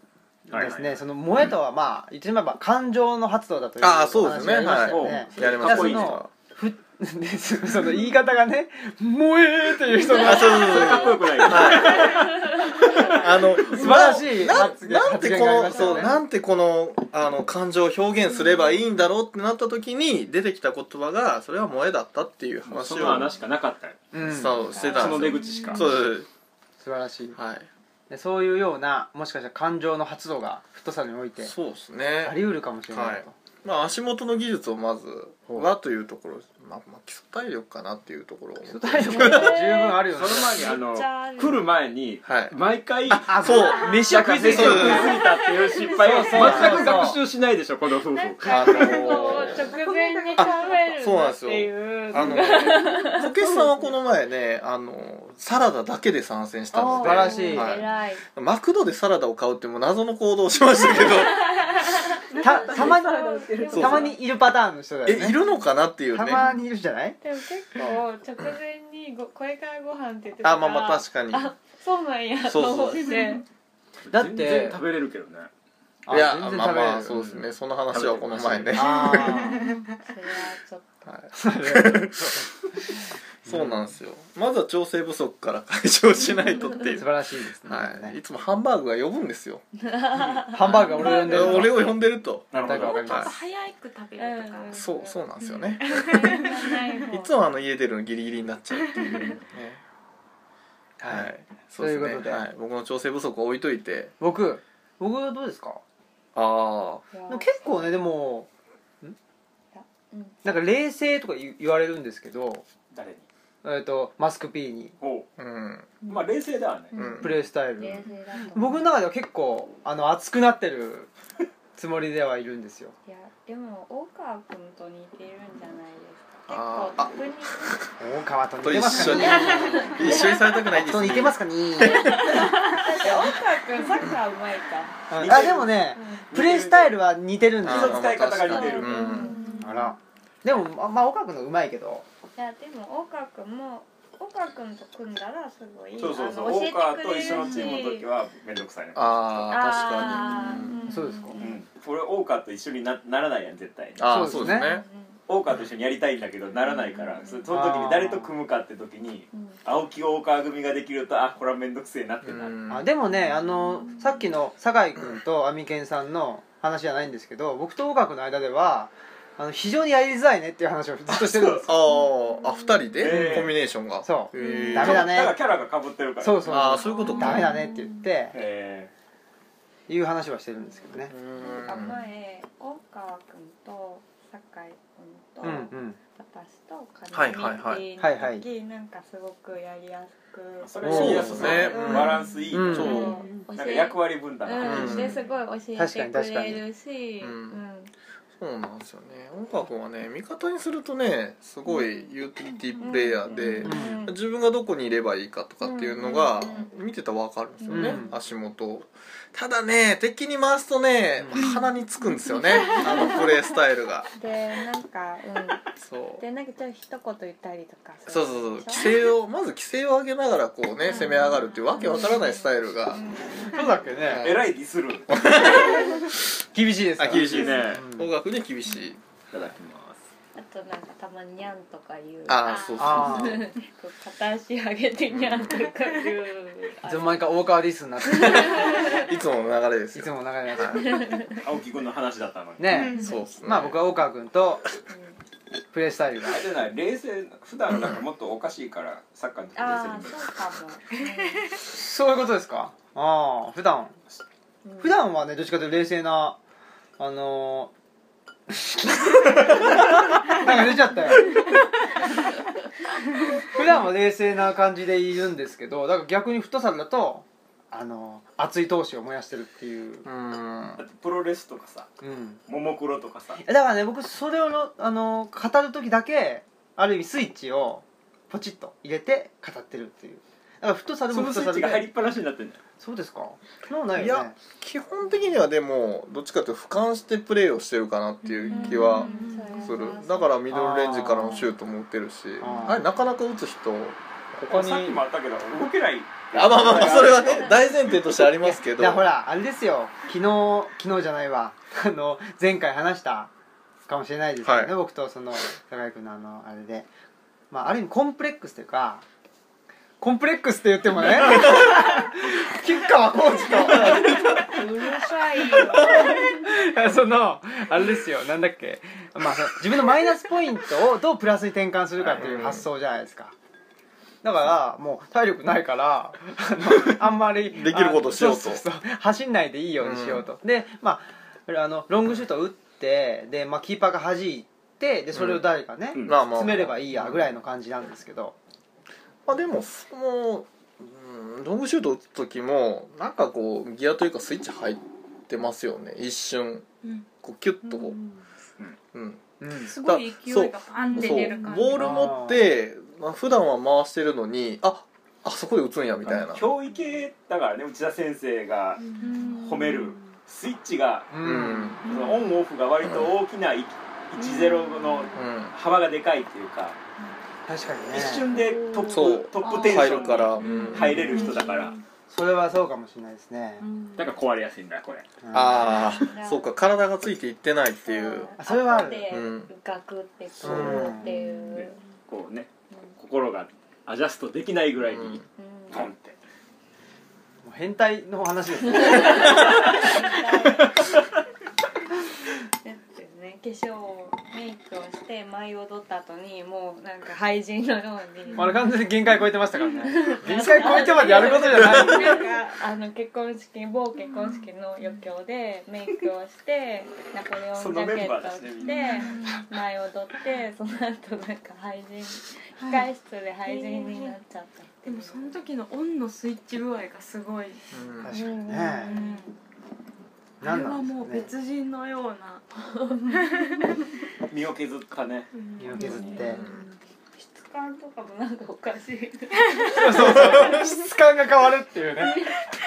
S3: いはい
S2: ですねその萌えとはまあ言ってしまえば感情の発動だという
S4: ああそうですね
S2: お話がありましたよ
S3: はい
S2: ね
S4: やりま
S3: か
S4: し
S3: ったこいい
S4: ね
S3: ね
S2: じゃあそのふ でそその言い方がね「萌え!」っていう人が
S4: あそうそうそう
S3: かっこよくないよ
S4: あの
S2: 晴
S4: 素
S2: らしい
S4: な
S2: 発言
S4: ななんて
S2: 発
S4: こ
S2: 言がありま
S4: の
S2: したよ
S4: そ
S2: ね
S4: うなんてこのあの感情を表現すればいいんだろうってなった時に出てきた言葉がそれは萌えだったっていう
S3: もう
S4: 話
S3: そ
S4: を
S3: の穴しかなかったよ
S2: うん、素
S4: そうしてた
S3: そ
S4: ん
S3: の
S4: で
S3: 出口
S4: すよ
S3: しか
S4: そうです
S2: 晴らしい
S4: はい
S2: でそういうようなもしかしたら感情の発動がフットサルにおいて
S4: そうです
S2: あ
S4: ね
S2: り得るかもしれないと、
S4: まあ足元の技術をまず
S2: ほう
S4: はというところまあ、まあ、基礎体力かなっていうところを
S2: 基礎体力は十分あるよ
S3: そ
S2: ね
S3: の前にあの
S6: めっちゃある
S3: 来る前に
S4: はい
S3: 毎回
S2: あ
S4: そう
S2: 飯は食いついて
S3: 飯
S2: る
S3: を食いすぎたっていう失敗を
S2: そうそうそう
S3: 全く学習しないでしょこの夫婦
S6: なんか
S4: あ
S6: こ
S4: の
S6: う直前に考えるんだっていう
S4: あのこけしさんはこの前ねあのサラダだけで参戦したの
S2: 素
S4: で
S2: 晴らしい
S4: はい
S6: 偉い
S4: マクドでサラダを買うってもう謎の行動をしましたけ ど
S2: たたまに
S4: そう
S2: たまにいるパターンの人だよ
S4: えい
S2: ね
S4: るのかなっていう
S2: た
S4: ね
S2: まにいるじゃない
S6: でも結構直前にごこれからご飯って言ってた
S4: あまあまあ確かに
S6: あそうなんや
S4: そう
S6: と
S4: そ
S6: 思
S4: う
S6: って
S2: だって
S3: 全然食べれるけどね
S4: いや
S2: 全然
S4: まあ
S2: 食べれる
S4: まあそうですねその話はこの前ね、
S2: あ
S4: は
S2: ー
S6: それはちょっ
S4: い、そうなんですよまずは調整不足から解消しないとって い
S2: 素晴
S4: う
S2: らしいですね、
S4: はい、いつもハンバーグが呼ぶんですよ
S2: ハンバーグが俺を呼んでる
S4: 俺を呼んでると
S3: なるほ
S2: だから
S3: ど
S2: わかりま
S4: は
S2: す
S5: 早く食べるとか、
S6: うん
S4: そうそうなんですよね
S6: とない方
S4: いつもあの家出るのギリギリになっちゃうっていうね
S2: はい
S4: はいそうです
S2: ということ
S4: ね
S2: で
S4: はい僕の調整不足を置いといて
S2: 僕僕はどうですか
S4: あ
S6: いや
S2: でも結構ねでも
S6: うん
S2: なんか冷静とか言言われるんですけど、
S3: 誰に
S2: えっとマスク P に
S3: おう
S4: あうん
S3: まあ冷静だわね
S4: うん
S2: プレイスタイル、
S6: 冷静だと思う
S2: 僕の中では結構あの熱くなってるつもりではいるんですよ
S6: いやでも大川君と似てるんじゃないです
S4: あ
S6: か
S4: ーあ
S6: 結構特に
S2: 大川と
S4: と
S2: 似て
S4: 一
S2: ますか
S4: 緒 に
S2: ね
S4: 一緒にされたくないです
S2: と似てますかね
S6: だって大川君サッカーうまいか
S2: あでもねプレイスタイルは似てるんです
S3: 気
S4: あ
S3: の
S2: よ
S3: 使い方が似てる
S4: う
S6: うん
S4: ん
S2: あらでもままあ岡君のうまいけど
S6: いやでも大川君も大川君と組んだらすごい
S3: そうそうそう
S6: あの
S3: 大川と一緒の
S6: 教
S3: チ
S6: えてくれるし
S3: ームの時は面倒くさいね
S4: ああ確かに
S6: あー
S2: そうですか
S3: うんん俺大川と一緒になならないやん絶対に
S4: ああそ
S2: そうう
S4: で
S2: ですすね
S4: ね
S3: 大川と一緒にやりたいんだけどならないからそその時に誰と組むかって時に
S6: うん
S3: 青木大川組ができるとあこれは面倒くせえなってなる
S2: あでもねあのさっきの酒井君とアミケンさんの話じゃないんですけど僕と岡君の間ではあの非常にやりづらいねっていう話をずっとしてるんです
S4: あーあ二人
S3: え
S4: で
S3: え
S4: コンビネーションが
S2: そ
S4: へえ
S2: ダメだね
S3: だからキャラがかぶってるか
S2: う
S3: ら
S2: そう
S3: う
S2: そう
S4: あ あそういうことか
S2: ダメだねって言って
S3: え
S2: いう話はしてるんですけどね
S4: う
S6: なんか
S4: ん
S6: 前大川君と酒井君と、
S2: うんうん
S6: 私と
S4: は
S6: 金
S4: い
S6: 井
S4: はいはい
S6: って
S2: はいはい
S6: いう時なんかすごくやりやすく
S3: ーそれはいいや
S4: そう
S3: つ
S4: ですねうん
S3: バランスいいよ、
S2: うん
S4: そう
S6: うん
S3: なんか役割分担な、
S6: う
S4: うん
S6: ん、ですごい教えてくれるし、
S4: 確かに確かにうん
S6: うん
S4: そうなんですよね音楽はね味方にするとねすごいユーティリティプレイヤーで
S2: うん
S4: 自分がどこにいればいいかとかっていうのが見てたら分かるんですよね、
S2: うん
S4: 足元をただね敵に回すとね、
S2: うん
S4: 鼻につくんですよねあのプレースタイルが
S6: でなんか、
S4: そ
S6: うん、
S4: う
S6: でなんかちょっと一言言ったりとかす
S4: そ
S6: る
S4: うそうそう
S6: で
S4: 規
S6: しょ
S4: 制をまず規制を上げながらこうね攻め上がるっていうわけわからないスタイルが
S2: そうだっけね
S3: えらいディスるい
S2: 厳しいですから
S4: あ厳しい
S3: いね
S2: うん
S4: 音楽に厳しい
S3: ただきます
S6: あとなんかたまにニャンとか言う
S4: ああそう
S2: あ
S4: そうそう
S6: こう片足上げてニャンとか言
S2: い
S6: う
S2: つも毎回大川ディスになって
S4: いつもの流れです
S2: い
S4: よ
S2: つも流れます
S3: 青木君の話だったのに
S2: ね
S4: そうっすね
S2: まあ僕は大川君とプレイスタイルが
S3: あれじゃない冷静普段なんかもっとおかしいからサッカーの時
S6: ああ
S3: 冷静
S6: そ
S3: に
S6: うかも、
S2: そういうことですかああ普段
S6: うん
S2: 普段はねどっちかというと冷静なあの ーなんか出ちゃったよ普段は冷静な感じでいるんですけどだから逆にフットサルだとあのー熱い闘志を燃やしてるっていう、
S4: うーん
S3: だってプロレスとかさ
S2: うん、
S3: ももクロとかさ
S2: だからね僕それをの、あのー語る時だけある意味スイッチをポチッと入れて語ってるっていうだからフットサル
S3: そ
S2: もフット
S3: のスイ
S2: サ
S3: ッ
S2: ル
S3: チが入り
S2: で
S3: っぱなしになってんじゃん
S2: そうですかそうない
S4: い
S2: よね
S4: や基本的にはでもどっちかというと俯瞰してプレーをしてるかなっていう気はするだからミドルレンジからのシュートも打てるし
S2: あー
S4: あれなかなか打つ人他に
S3: さっきもあったけど動けない
S4: あまあまあそれはね大前提としてありますけど
S2: いやほらあれですよ昨日昨日じゃないわあの前回話したかもしれないですけどね、
S4: はい
S2: 僕とその高井君のあのあれで、まあ、ある意味コンプレックスというかコンプレックスって言っても ね吉川浩司と
S6: うるさいよ
S2: そのあれですよなんだっけ、まあ、その自分のマイナスポイントをどうプラスに転換するかっていう発想じゃないですかだからもう体力ないから あのあんまり
S4: できることをしようと
S2: あそうそうそう走んないでいいようにしようと、でまああのロングシュート打ってで、まあ、キーパーが弾いてでそれを誰かね、
S3: うん
S4: まあまあ
S2: 詰めればいいやぐらいの感じなんですけど、
S4: まあでもそのうんロングシュート打つ時もなんかこうギアというかスイッチ入ってますよね一瞬
S5: うん
S4: こうキュッとこう、うん、
S2: うん
S5: すごい勢いがパンっ
S4: そ
S5: て
S4: う
S5: 出る感じ
S4: ボール持って、まあ、普段は回してるのにああそこで打つんやみたいな
S3: 教育だからね内田先生が
S5: うん
S3: 褒めるスイッチが
S2: う
S4: うんん、うん
S3: そのオンオフが割と大きな1-0の幅がでかいっていうか
S2: 確かにね
S3: 一瞬でト
S4: そ
S3: ッ
S4: う
S3: プトップテンシ
S4: 入
S3: ョ
S4: る
S3: ンに
S4: から、
S3: 入れる人だから
S2: それはそうかもしれないですね、
S5: うん
S3: だから壊れやすいんだこれ
S2: うん
S4: ああそうか体がついていってないっていう
S2: あそれはある
S6: 後で
S4: うん
S6: ガクってくるっていう
S3: こうね
S6: う
S3: 心がアジャストできないぐらいに
S6: ん
S3: ポンって
S2: もう変態の話ですね
S6: だってね化粧メイクをして舞い踊った後にもうなんか廃人のように
S2: まあ、あれ完全に限界超えてましたからね限界超えてまでやることじゃない
S6: なんかあの結婚式某結婚式の余興でメイクをしてナポレオンジャケットを
S3: そのメ
S6: 着
S3: ンバ
S6: て前踊ってその後なんか廃人控室で廃人になっちゃったって
S5: で
S6: いう
S5: もその時のオンのスイッチ具合がすごい
S4: うん
S2: 確かにね
S6: うん
S5: あ
S2: 何
S5: れ
S2: な
S5: は
S2: んです
S5: も
S2: か
S5: う
S2: ね
S5: 別人のような
S3: 身を削ったね
S2: 身を削って
S6: 質感とかもなんかおかしい
S2: そうそうそう質感が変わるっていうね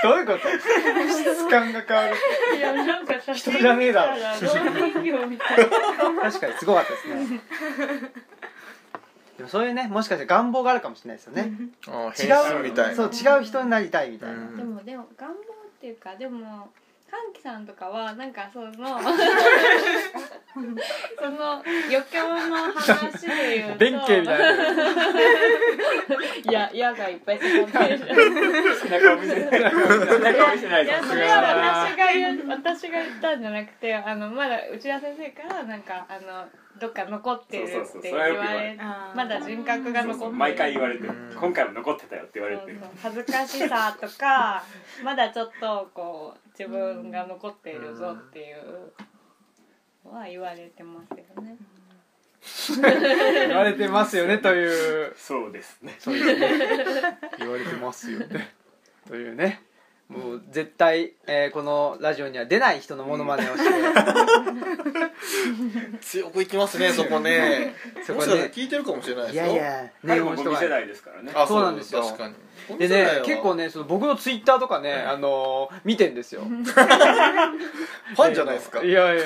S2: どういうこと質感が変わる
S6: いやなんか写真
S2: 人じゃねえだろ
S6: 見たら老人形みたいな
S2: 確かにすごかったですねでもそういうねもしかして願望があるかもしれないですよね
S4: あー
S2: 違
S4: 変
S2: う
S4: 身みたい
S2: そ
S4: な
S2: う違う人になりたいみたいな、
S4: うん
S6: でもでも願望っていうかでも歓喜さんとかはなんか そのその余興の話で言うと
S2: 弁慶みたいない
S6: や矢がいっぱい刺さってる
S3: 背中を見せて背中を見せない
S6: い
S3: と
S6: やそれは私が言う私が言ったんじゃなくてあのまだ内田先生からなんかあのどっか残ってる
S3: そうそうそ
S6: っ
S3: う
S6: て
S3: そ
S6: 言
S3: れ
S6: わ
S3: はよく
S6: れてまだ人格が
S3: そ
S6: 残っ
S3: う
S6: て
S3: そう
S6: る
S3: 毎回言われてる
S4: うん
S3: 今回も残ってたよって言われてる
S6: そうそう恥ずかしさと かまだちょっとこう自分が残っているぞっていうのは言われてますよね。
S2: 言われてますよねという
S3: そうですね
S2: そうですね言われてますよねというねもう絶対、えーこのラジオには出ない人のモノマネをして、
S4: 強くいきますねそこね
S2: そ
S4: も
S2: こ
S4: しかした
S2: で
S4: ら聞いてるかもしれないです
S2: い
S4: よ
S2: やいや
S3: 彼
S2: 念
S3: も
S2: を
S3: 見
S2: 人が
S3: せないですからね
S4: あ
S2: そうなんですよ
S4: 確かに
S2: でね結構
S4: ね
S2: ねその僕のツイッターとかね、あのー見てんですよ
S4: ファンじゃないですか
S2: いやいや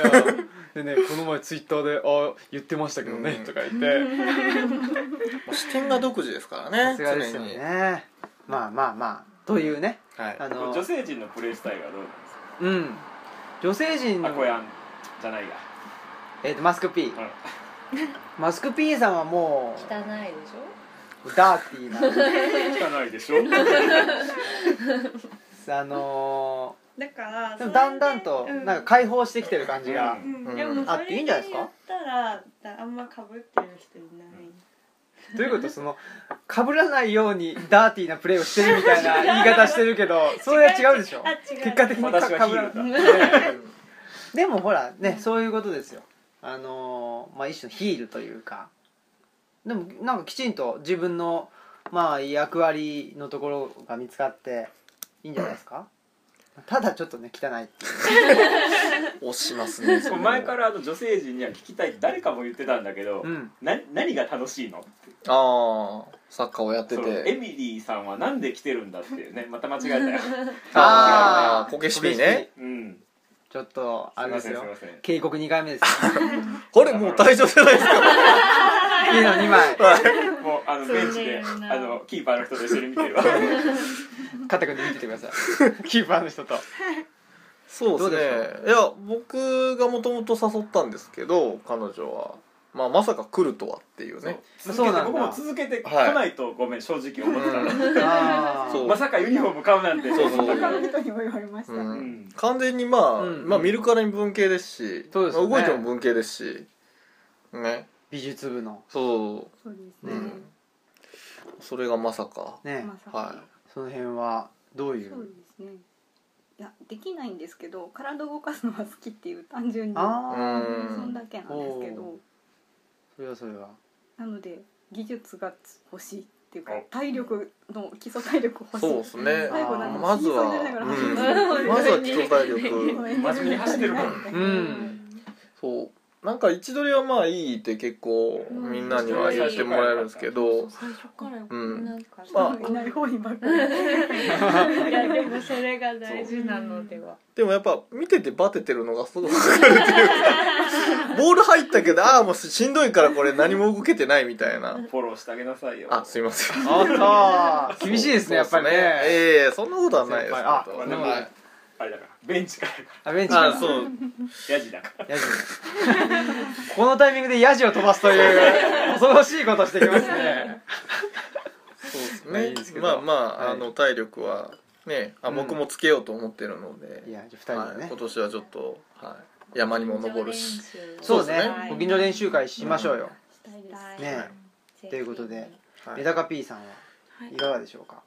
S2: でねこの前ツイッターで「あ言ってましたけどね」
S4: うん
S2: とか言って
S4: 視点が独自ですからね
S2: さすがですよね まあまあまあというね
S4: 常にはい
S2: あの
S3: 女性陣のプレースタイルはどうなんですか
S2: うん女性陣
S3: あこや
S2: の、
S3: んじゃないが
S2: えーとマスク P マスク P さんはも
S6: 汚いでしょ。
S2: うダーティーな
S3: 汚いで しょ
S2: あの
S6: だから
S2: ーでもだんだんと
S6: うん
S2: なんか解放してきてる感じが、
S6: うん
S4: う
S6: で
S4: ん
S6: も
S2: あ
S6: そ
S2: っ
S6: れ
S2: て
S6: で
S2: いいん
S6: 言
S2: じゃない
S6: っ
S2: ですか
S6: たらあんま被ってる人いない。
S2: ということその被らないようにダーティーなプレーをしてるみたいな言い方してるけどそれは違うでしょ
S6: あ違う。
S2: 結果的に
S3: 私はヒ
S2: 被
S3: ー
S2: ら
S3: ルだ
S2: ないでもほらねそういうことですよあのーまあ一種のヒールというかでもなんかきちんと自分のまあ役割のところが見つかっていいんじゃないですかただちょっとね汚いっていう
S4: 押しますね
S3: そう前かららあの女性陣には聞きたいって誰かも言ってたんだけど、
S2: うん
S3: な何が楽しいのって
S4: ああサッカーをやって
S3: そうエ
S4: て
S3: ミリーさんはなんで来てるんだってい うねまた間違えたよ、
S4: あーこけし P ね
S3: うん、
S2: ちょっとあれですよ
S3: すいませんすいま
S2: 警告2回目ですよ
S4: あれもう退場じゃないですか
S2: いいの2枚
S3: せんもうあの
S6: そうね
S3: ベンチであのキーパーの人と一緒に見てるわ
S2: 肩組んで見ててくださいキーパーの人と
S4: そうで
S2: どう
S4: すねいや僕がもともと誘ったんですけど彼女は、まあ、まさか来るとはっていうね
S3: そう
S2: そうなんだ
S3: 僕も続けて来
S4: はい
S3: ないとごめん正直思ってたの、
S2: あー
S4: そう
S3: まさかユニフォーム買うなんて
S4: そうそう
S3: だから
S5: 人にも言われまし
S4: う
S3: うんん
S4: 完全にまあ、
S2: うん
S4: まあ見るからに文系ですし
S2: そうですよね
S4: まあ動いても文系ですしね
S2: 美術部の
S4: そう
S5: そうです
S4: う
S5: ね、
S4: んそれがまさか
S2: ね
S1: まさか
S4: は
S2: その辺はどうい
S1: そう
S2: う
S1: ですねいやできないんですけど体を動かすのは好きっていう単純にそ
S2: あ
S4: いう
S2: あ
S1: ん
S4: ん
S1: だけなんですけど
S2: おーそれはそれは
S1: なので技術が欲しいっていうか
S3: お
S1: 体力の基礎体力欲しい
S4: そうですね
S1: 最後なんか
S4: まずは、
S1: 死にそうになりながら走って
S4: うん、
S3: 真
S4: まずは基礎体力
S1: 真
S3: 面目に走ってるもん
S2: う
S1: うん
S2: ん
S4: そうなんか位置取りはまあいいって結構みんなには言ってもらえるんですけど、
S5: 最初からよ
S4: うん
S6: なんか
S4: まあ
S1: いない方にばっかり
S6: いやでもそれが大事なのでは
S4: でもやっぱ見ててバテてるのがすごく分かるっていう かボール入ったけどああもうしんどいからこれ何も動けてないみたいな
S3: フォローしてあげなさいよ
S4: あすいません
S2: あった厳しいですねやっぱりね
S4: ええそんなことはないです
S2: 先輩あ
S4: 本当は
S3: でも
S4: はい
S3: あれだからベンチから
S2: アベンジャー
S4: あ
S2: ズ
S4: そう
S3: ヤジだから
S2: ヤジこのタイミングでヤジを飛ばすと いう恐ろしいことしてきますね
S4: そうです
S2: まあい
S4: ね
S2: いですけど
S4: まあまあ,、
S2: はい
S4: あの体力はねあ
S2: うん
S4: 僕もつけようと思ってるので、
S2: いやじゃあ
S4: は
S2: 2
S4: い
S2: 人でね
S4: 今年はちょっと、はい、山にも登るし
S2: そう
S4: そうですね
S2: ねご近所練習会しましょうよね
S6: と
S2: ということで
S4: はい
S2: メダカ P さんは
S5: はい
S2: いかがでしょうか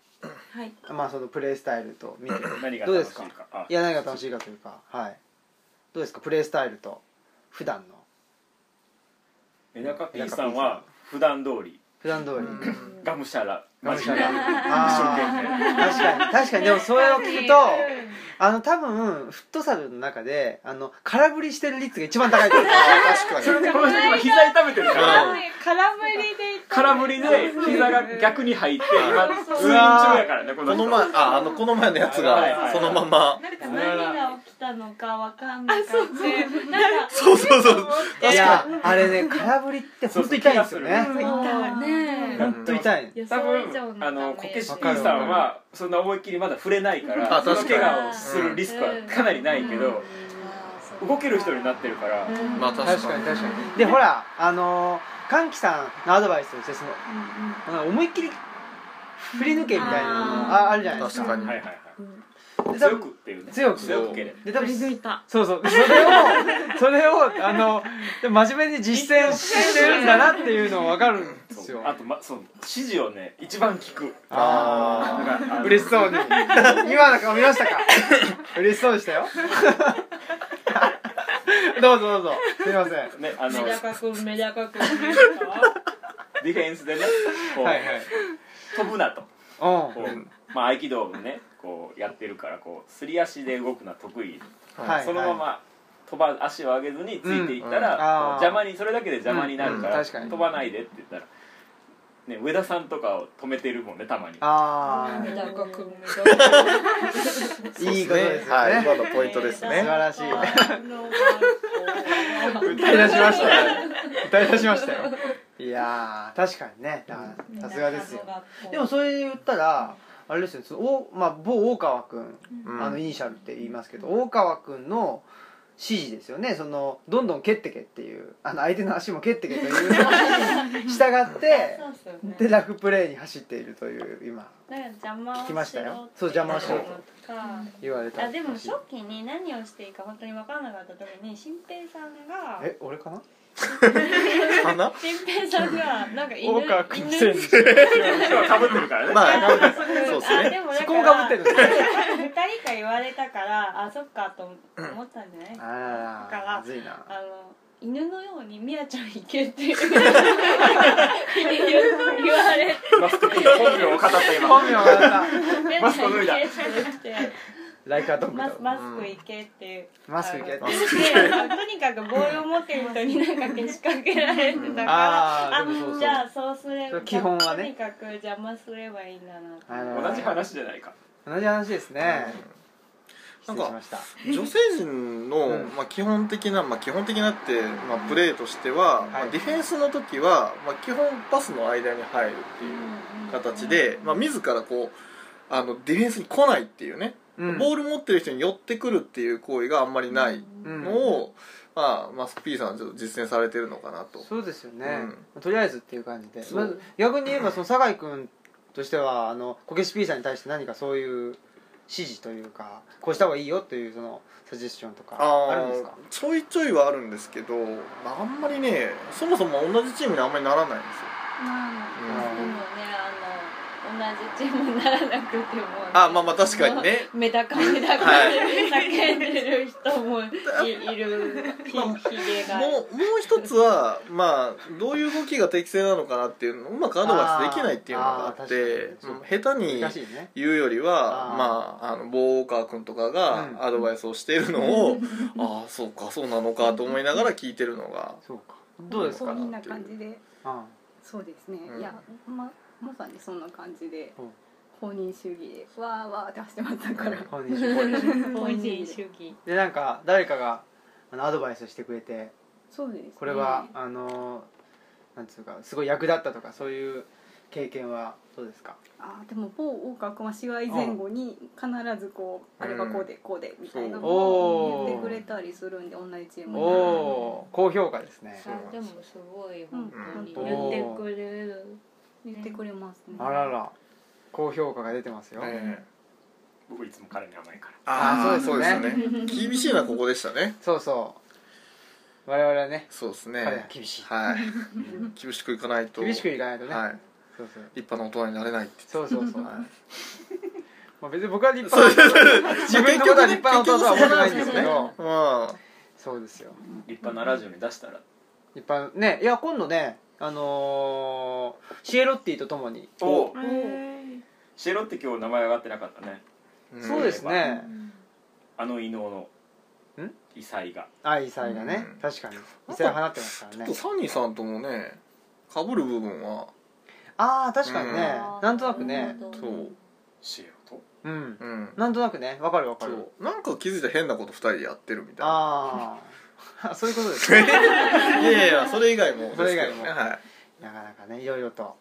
S5: はい
S2: まあそのプレイスタイルと見て
S3: 何が
S2: どうで
S3: 楽し
S2: す
S3: い
S2: か
S3: かあ
S2: いや何が楽しいかというかはいどうですかプレイスタイルと普段の
S3: メダカ P さんは普段通り
S2: 普段通り
S4: うん
S3: がむしゃら
S2: がむしゃら
S3: 真面
S2: あ
S3: 目に一生懸
S2: ー確
S3: 命
S2: かに確かにでもそれを聞くとあの多分フットサルの中であの空振りしてる率が一番高い と思う
S4: あ確
S3: それ
S4: かに
S3: でこの人今膝痛めてるから
S4: うん
S6: 空振りでいった
S3: 空振りで膝が逆に入って今
S6: そう
S3: 通院中やからねこ
S4: この
S3: 人
S4: 前ああのこの前のやつ
S3: はいはいは
S4: が
S3: い
S4: そのまま
S6: なんか何が起きたのかわかんなくてなんか
S4: そうそうそう
S2: いやあれね空振りって本当痛いんですよね
S3: そう
S6: もうね
S4: うん
S2: 本当痛い
S6: 予想
S3: 多
S6: 以上の
S3: 分
S6: ダメ
S3: あ
S6: ー
S3: の
S6: ジ
S3: こけし
S2: わ
S3: P
S2: かる
S3: さんはそんな思いっきりまだ触れないから
S4: あ
S3: そ
S4: 確
S3: の
S4: か
S3: 怪
S4: に
S3: 我をするリスクはかなりないけど動ける人になってるから
S6: うん
S4: まあ確
S2: 確かに確かにでほらあの歓喜さんのアドバイスとしてそのなんか思いっきり振り抜けみたいなのああるじゃないですか
S4: 確かに、
S3: はいはいはい
S2: で多
S3: 強
S2: 分
S3: くっていうね
S2: 強く
S3: 強くければ
S2: で多
S5: 振り
S2: 分
S5: 抜いた
S2: そうそうそれをそれをあのでも真面目に実践してるんだなっていうの分かるんです
S3: そ
S2: よ
S3: うあとまそう指示をね一番聞く
S2: あ
S3: なんかあ
S2: あ
S3: の
S2: 嬉しそうに今の顔見ましたか嬉しそうでした よどうぞどうぞすいません
S3: ねあの
S6: メダカくんメダカくん
S3: ディフェンスでねこう
S2: はいはい
S3: 飛ぶなとこ
S2: う
S3: うまあ合気道もねこうやってるからこうすり足で動くのは得意
S2: んはい
S3: そのまま飛ば足を上げずについていった
S4: うん
S3: ら、
S2: うん
S3: こう
S2: あー
S3: 邪魔にそれだけで邪魔になるか
S2: うんう
S3: ら、
S2: ん確かに
S3: 飛ばないでって言ったら、ね、上田さんとかを止めてるもんねたまに
S2: あ
S6: メダカくんメダカくん
S2: あいいことですよね、
S4: はい今のポイントです
S2: 素
S4: ね
S2: 晴らしい
S6: 歌
S2: 歌い出しましたよ歌い出しましたよいやー確かにねだからさすがですよでもそれで言ったらあれですよそのお、まあ、某大川君、
S4: うん
S2: あのイニシャルって言いますけど大川君の指示ですよねそのどんどん蹴ってけっていうあの相手の足も蹴ってけという従って
S6: そうっすよね
S2: でラフプレーに走っているという今
S6: なんか邪魔を
S2: 聞きましたよ
S6: しろってい
S2: そう邪魔をしろと
S6: とか
S2: 言われた
S6: あでも初期に何をしていいか本当に分からなかった時に新平さんが
S2: え俺かな
S4: かな
S6: 新平さんがなんか犬
S2: 大川君
S6: 犬
S2: 選手そ
S3: かぶってるからね、
S4: まあ頑張ってそうです
S6: あ
S4: ね
S6: でもだ
S2: こもかぶって
S6: る
S2: るんですね
S6: 2人か言われたからあそっかと思ったんじゃない、
S2: あ
S6: あ
S2: ら
S6: からら
S2: まずいな
S6: の犬のように「みやちゃん行け」っていう言われて
S3: マスコミの本名を語った今
S2: 本名がなった
S6: 「みやちゃん行け」って言って
S2: ライカドッグ
S6: マス
S2: と
S6: マスク行けっていう。
S2: マスクいけ
S6: あのであのとにかくボールを持ってる人になんかけしかけられてたから
S2: あー
S6: あ
S2: でもそうそう
S6: じゃあそうすれ
S2: そ
S6: ば
S2: れ基本はね
S6: とにかく邪魔すればいいんだなって
S2: あの
S3: 同じ話じゃないか
S2: 同じ話ですね失
S4: なん
S2: 礼
S4: か
S2: しました
S4: 女性陣の、
S2: うん
S4: まあ、基本的な、まあ、基本的なって、まあ、プレーとしては、まあ、ディフェンスの時は、まあ、基本パスの間に入るっていう形で、まあ、自らこうあのディフェンスに来ないっていうね
S2: うん
S4: ボール持ってる人に寄ってくるっていう行為があんまりないのを、まあ、マス P さんはちょっと実践されてるのかなと。
S2: そうですよね、とりあえずっていう感じで、まず逆に言えばその酒井君としてはあのこけし P さんに対して何かそういう指示というかこうした方がいいよというそのサジェスションとかあるんですか
S4: あーちょいちょいはあるんですけど、まあ、あんまりねそもそも同じチームにあんまりならないんですよ。
S6: でもねあの同じチームにならなくても、ね、
S4: あまあまあ確かにね
S6: メダカメダカで叫んでる人もいいるひひげが
S4: もうもう一つはまあどういう動きが適正なのかなっていうのをうまくアドバイスできないっていうのがあっ
S2: あ
S4: て
S2: ーあー確かに
S4: うん下手に
S2: 難しいね
S4: 言うよりは
S2: あー
S4: まああのボーカー君とか
S2: うん
S4: がアドバイスをしているのを、 ああそうかそうなのかと思いながら聞いてるのが
S2: そうかどうです
S1: そ
S2: か、
S1: うみんな感じで
S2: あ
S1: そうですね、
S4: うん
S1: いやままさにそんな感じで、
S2: うん
S1: 公認主義でわーわーって走ってましたから、
S2: あ本人主義
S6: 個人主義
S2: でなんか誰かがあのアドバイスしてくれて
S1: そうですね
S2: これは、あのなんつうかすごい役立ったとかそういう経験はどうですか
S1: あーでも某大川君は試合前後に必ずこう、
S4: うん
S1: あれはこうでこうでみたいなの
S2: おー
S1: を言ってくれたりするんで同じチーム
S2: お
S1: に
S2: おー高評価ですね
S6: あでもすごい本当に
S1: うん
S6: 言ってくれる
S1: 言ってくれますね
S2: あらら高評価が出てますよ、
S4: ね
S3: 僕いつも彼に甘いから
S2: あー
S4: ー
S2: そうですね
S4: そうですよね厳しいのはここでしたね
S2: そうそう我々はね
S4: そうです
S2: 彼は
S4: ね
S2: 厳しい
S4: はい厳しくいかないと
S2: 厳しくいかないとね、
S4: はい
S2: そうそう
S4: 立派な大人になれないって
S2: そうそうそう、
S4: はい
S2: まあ、別に僕は立派な自分のことは立派な弟は思ってないんですけど
S4: まあ
S2: そうですよ
S3: 立派なラジオに出したら
S2: 一般ねいや今度ねあのーシエロッティとともに
S3: お
S5: えー
S3: シェロって今日名前上がってなかったね
S4: ん
S2: そうですね
S3: あの異能の
S2: ん
S3: 異彩が
S2: あ異彩がね、
S4: うん
S2: 確かに異彩を放ってますから
S4: ちょっと
S2: ね
S4: サニーさんともね被る部分は
S2: ああ確かにね、
S6: うん
S2: なんとなくね
S4: そう
S3: シェロと
S2: うん
S4: うん
S2: なんとなくねわかるわか
S4: そ
S2: る
S4: うなんか気づいたら変なこと2人でやってるみたいな
S2: ああ そういうことですね
S4: いやいやそれ以外も
S2: それ以外も
S4: ですけどねはい
S2: なかなかねいろいろと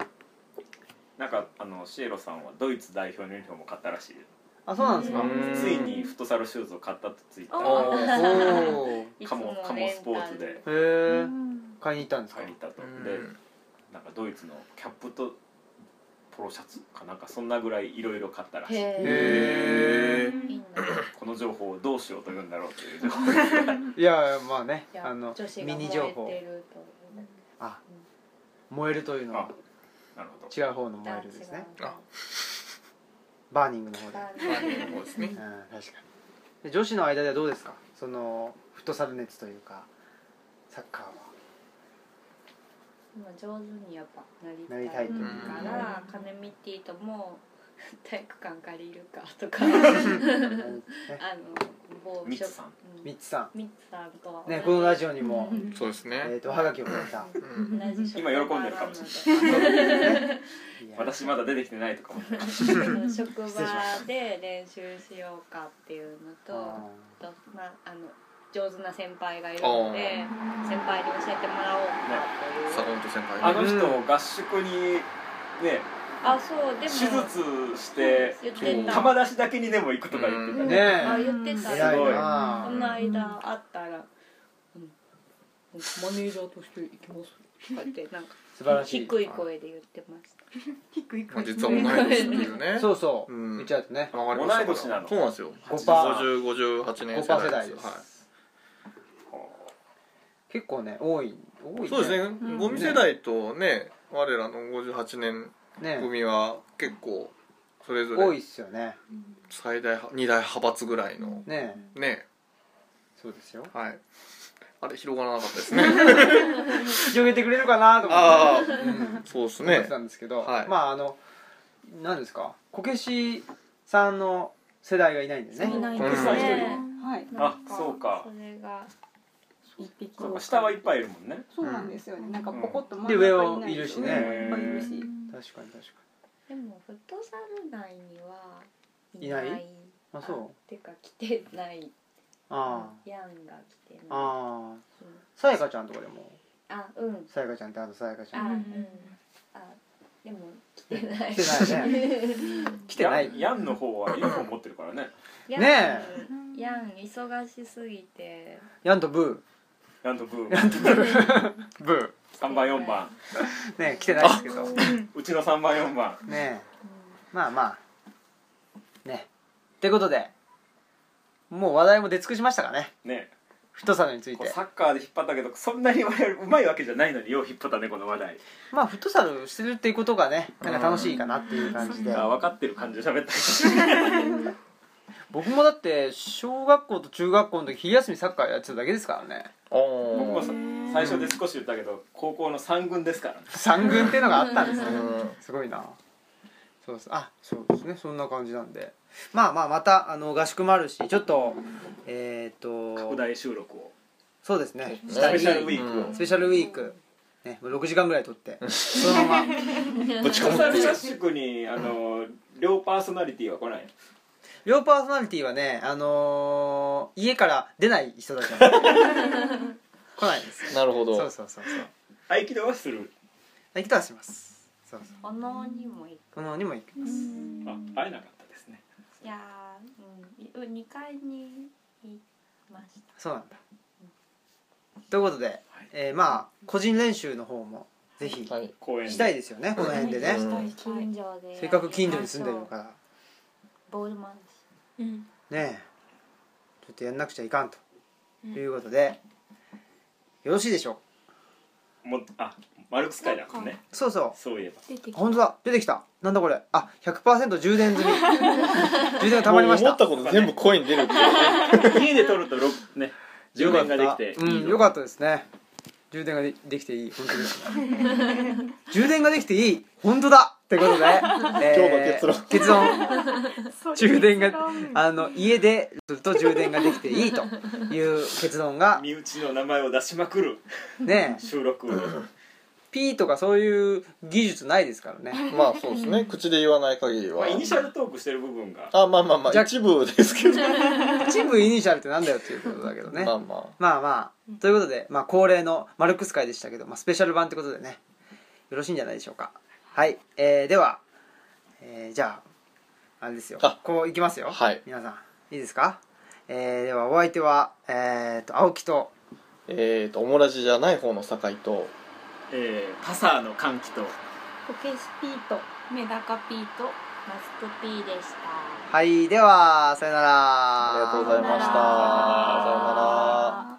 S3: なんかあのシエロさんはドイツ代表のユニフォームを買ったらしいで
S2: あそうなんですか
S4: うん
S3: すついにフットサルシューズを買ったとツイッター
S4: あ
S3: で
S2: おおへ
S6: いつ
S3: カ
S6: も
S3: モ
S6: レンタル
S3: カモスポーツで
S2: え買いに行ったんですか
S3: 買いに行ったと
S4: うん
S3: でなんかドイツのキャップとポロシャツかなんかそんなぐらいいろいろ買ったらしい
S2: へ
S6: いいな
S3: この情報をどうしようというんだろうという情報
S2: えいやまあね
S6: いや
S2: あの
S6: 女子
S2: ミ
S6: が
S2: ニ
S6: 燃
S2: 情
S6: え
S2: 報
S6: てるという
S2: あ燃えるというのは
S3: あなるほど
S2: 違う方の燃
S6: 男
S2: えるです
S6: 子
S2: ね
S6: が
S4: あ
S2: バーニングの方で
S4: そうですね
S2: うん確かにで女子の間ではどうですかそのフットサル熱というかサッカーは
S6: 今上手にやっぱな
S2: な
S6: り
S2: り
S6: た
S2: た
S6: い
S2: い
S6: か
S2: という
S3: うん
S6: らカネミティとも 体育館借りるかとか
S2: かね
S6: あの某
S3: ミツさん
S2: ミッツさ
S6: ミツさんとは
S2: んねこのラジオに
S1: う
S2: も、
S1: ん
S4: そうです
S2: え
S4: ね
S2: ー、とおはがきをくれた
S4: うん
S6: 同じ職場
S3: 今喜んでるかもし
S6: なので
S2: いや
S3: 私まだ出てきてないとかも
S6: あの職場で練習しようかっていうのと
S2: あ
S6: あとまああの上手な先輩がいるので先輩に教えてもらおうか
S4: 坂
S6: という
S4: 本先輩
S3: あの人合宿にね
S6: あそうで
S3: 手
S6: も
S3: 術して
S6: 言ってた
S3: 玉出しだけにでも行くとか言ってた
S2: ー
S3: ね
S6: あ
S2: ね
S6: 言ってた
S2: え偉い
S3: すごい
S2: な
S6: この間会ったら、うん、マネージャーとして行きますとかってなんか
S2: 素晴らしい
S6: 低い声で言ってました
S1: 低い
S4: まあ
S1: 声
S4: 実は同い年っていうね
S2: そうそう、
S4: うん
S2: 言っちゃうとね
S4: 同
S3: 同い年なの
S4: そうなんですよ
S2: 5%
S4: 5058
S2: 5%世
S4: 年世
S2: 代
S4: 代
S2: です、
S4: はい
S2: 結構ね多い多いね
S4: そうですね、ゴミ世代とね我らの58年
S2: ね
S4: 組は結構それぞ
S2: 多い
S4: れ
S2: っすよね
S4: 最大は二大派閥ぐらいの
S2: ね
S4: ね
S2: そうですよ
S4: はいあれ広がらなかったですね
S2: 広げてくれるかなと思
S4: あ
S2: って、うん
S4: あそうです
S2: 思って
S4: ね
S2: たんですけど、
S4: はい
S2: まああの何ですかこけしさんの世代がいないんでね
S1: いない
S4: うん
S1: です
S3: そうです
S1: ね
S6: ね
S1: はい
S6: なん
S3: あそうか
S6: それが
S1: 一匹
S3: そうか下はいっぱいいるもんね
S1: そうなんですよねなんかポコッと真ん中
S2: で
S1: に
S2: 上はいるしね
S1: 上もいっぱいいるし
S2: 確かに確か
S6: でもフットサル内にはい
S2: いないに
S6: あ
S2: あそう
S6: てか来てない
S2: あ
S6: ヤンが来てない
S2: あああ
S6: うん
S2: さやかちゃんとかでも
S6: あうん
S2: さやかちゃんってあのさやかち
S6: あ
S2: ゃん
S6: うんあでも来来てない
S2: 来 てないね来てない
S3: ヤンヤンの方は UFO 持ってるからね
S6: ヤン
S2: ね
S6: ヤン忙しすぎて
S2: ヤンとブ
S3: ヤンとブ
S2: ーヤ
S3: ー
S2: ンとブーブー
S3: 3番4番
S2: ね来てないですけど
S3: うちの3番4番
S2: ねまあまあねってことでもう話題も出尽くしましたかね
S3: ね
S2: 太さについ
S3: こう
S2: て
S3: サッカーで引っ張ったけどそんなに我々うまいわけじゃないのによう引っ張ったねこの話題
S2: まあフットサルしてるっていうことがねなんか楽しいかなっていう感じで
S3: あ分かってる感じで喋った
S2: 僕もだって小学校と中学校の時昼休みサッカーやってただけですからね
S4: あー
S3: 僕もさ最初で少し言ったけど高校の3軍ですからね
S2: 三軍っていうのがあったんですね
S4: うん
S2: すごいなそうですあそうですねそんな感じなんでまあまあまたあの合宿もあるしちょっとえっ、と
S3: 拡大収録を
S2: そうですね
S3: スペシャルウィーク
S4: う
S3: を
S4: ん
S2: スペシャルウィーク、ね、もう6時間ぐらい撮ってそのまま
S3: ぶち込む合宿にあの両パーソナリティは来ない
S2: 両パーソナリティはね、あのー家から出ない人だから来ないんですよ
S4: なるほ
S2: そう
S4: ど
S2: そうそうそう
S3: 合気道はする
S2: 行きとはしますそうそう
S6: 炎にも行く
S2: この方にも行きます
S3: あ会えなかったですね
S6: いやー、うん、2階に行きました
S2: そうなんだということで、えーまあ個人練習の方もぜひ
S4: はい
S3: 公園で
S2: したいですよねこの辺でね、
S4: うん
S6: 近所で
S2: せっかく近所に住んでるから
S6: ボールもあるし
S5: うん
S2: ねえちょっとやんなくちゃいかんということで、よろしいでしょう
S3: もうあマルクス会だもんね
S2: そうそう
S3: そういえば
S5: 出てき
S2: 本当だ出てきたなんだこれあ100%充電済 み充電がたまりまし
S4: もう
S2: た
S4: 思ったこと全部声に出るっていうね
S3: 家で撮るとろくね充電ができて
S2: う
S3: いい
S2: ん
S3: の
S2: よかったですね充電がでできていい本当ですね充電ができていい本当だってこと で、え
S4: 今日の
S2: 結 論充電があの家ですると充電ができていいという結論が
S3: 身内の名前を出しまくる
S2: ね
S3: 収録を
S2: ピーとかそういう技術ないですから ね
S4: まあそうですね口で言わない限り
S3: ま
S4: は
S3: あイニシャルトークしてる部分が
S4: あまあまあま
S2: じゃ
S4: あ一部ですけど
S2: チームイニシャルってなんだよっていうことだけどね
S4: まあま
S2: まあまあということで、まあ、恒例のマルクス会でしたけど、まあ、スペシャル版ってことでねよろしいんじゃないでしょうかはい、えーでは、えーじゃああれですよ
S4: あ
S2: こういきますよ
S4: あはい
S2: 皆さんいいですか、えーではお相手は、えー、と青木と
S4: えっとオモラジじゃない方の酒井と
S3: えーパサーの歓喜と
S6: ポケシピーと
S5: メダカピーと
S6: マスクピーでした
S2: はいではさよなら
S4: ありがとうございました
S6: さよなら
S4: さよなら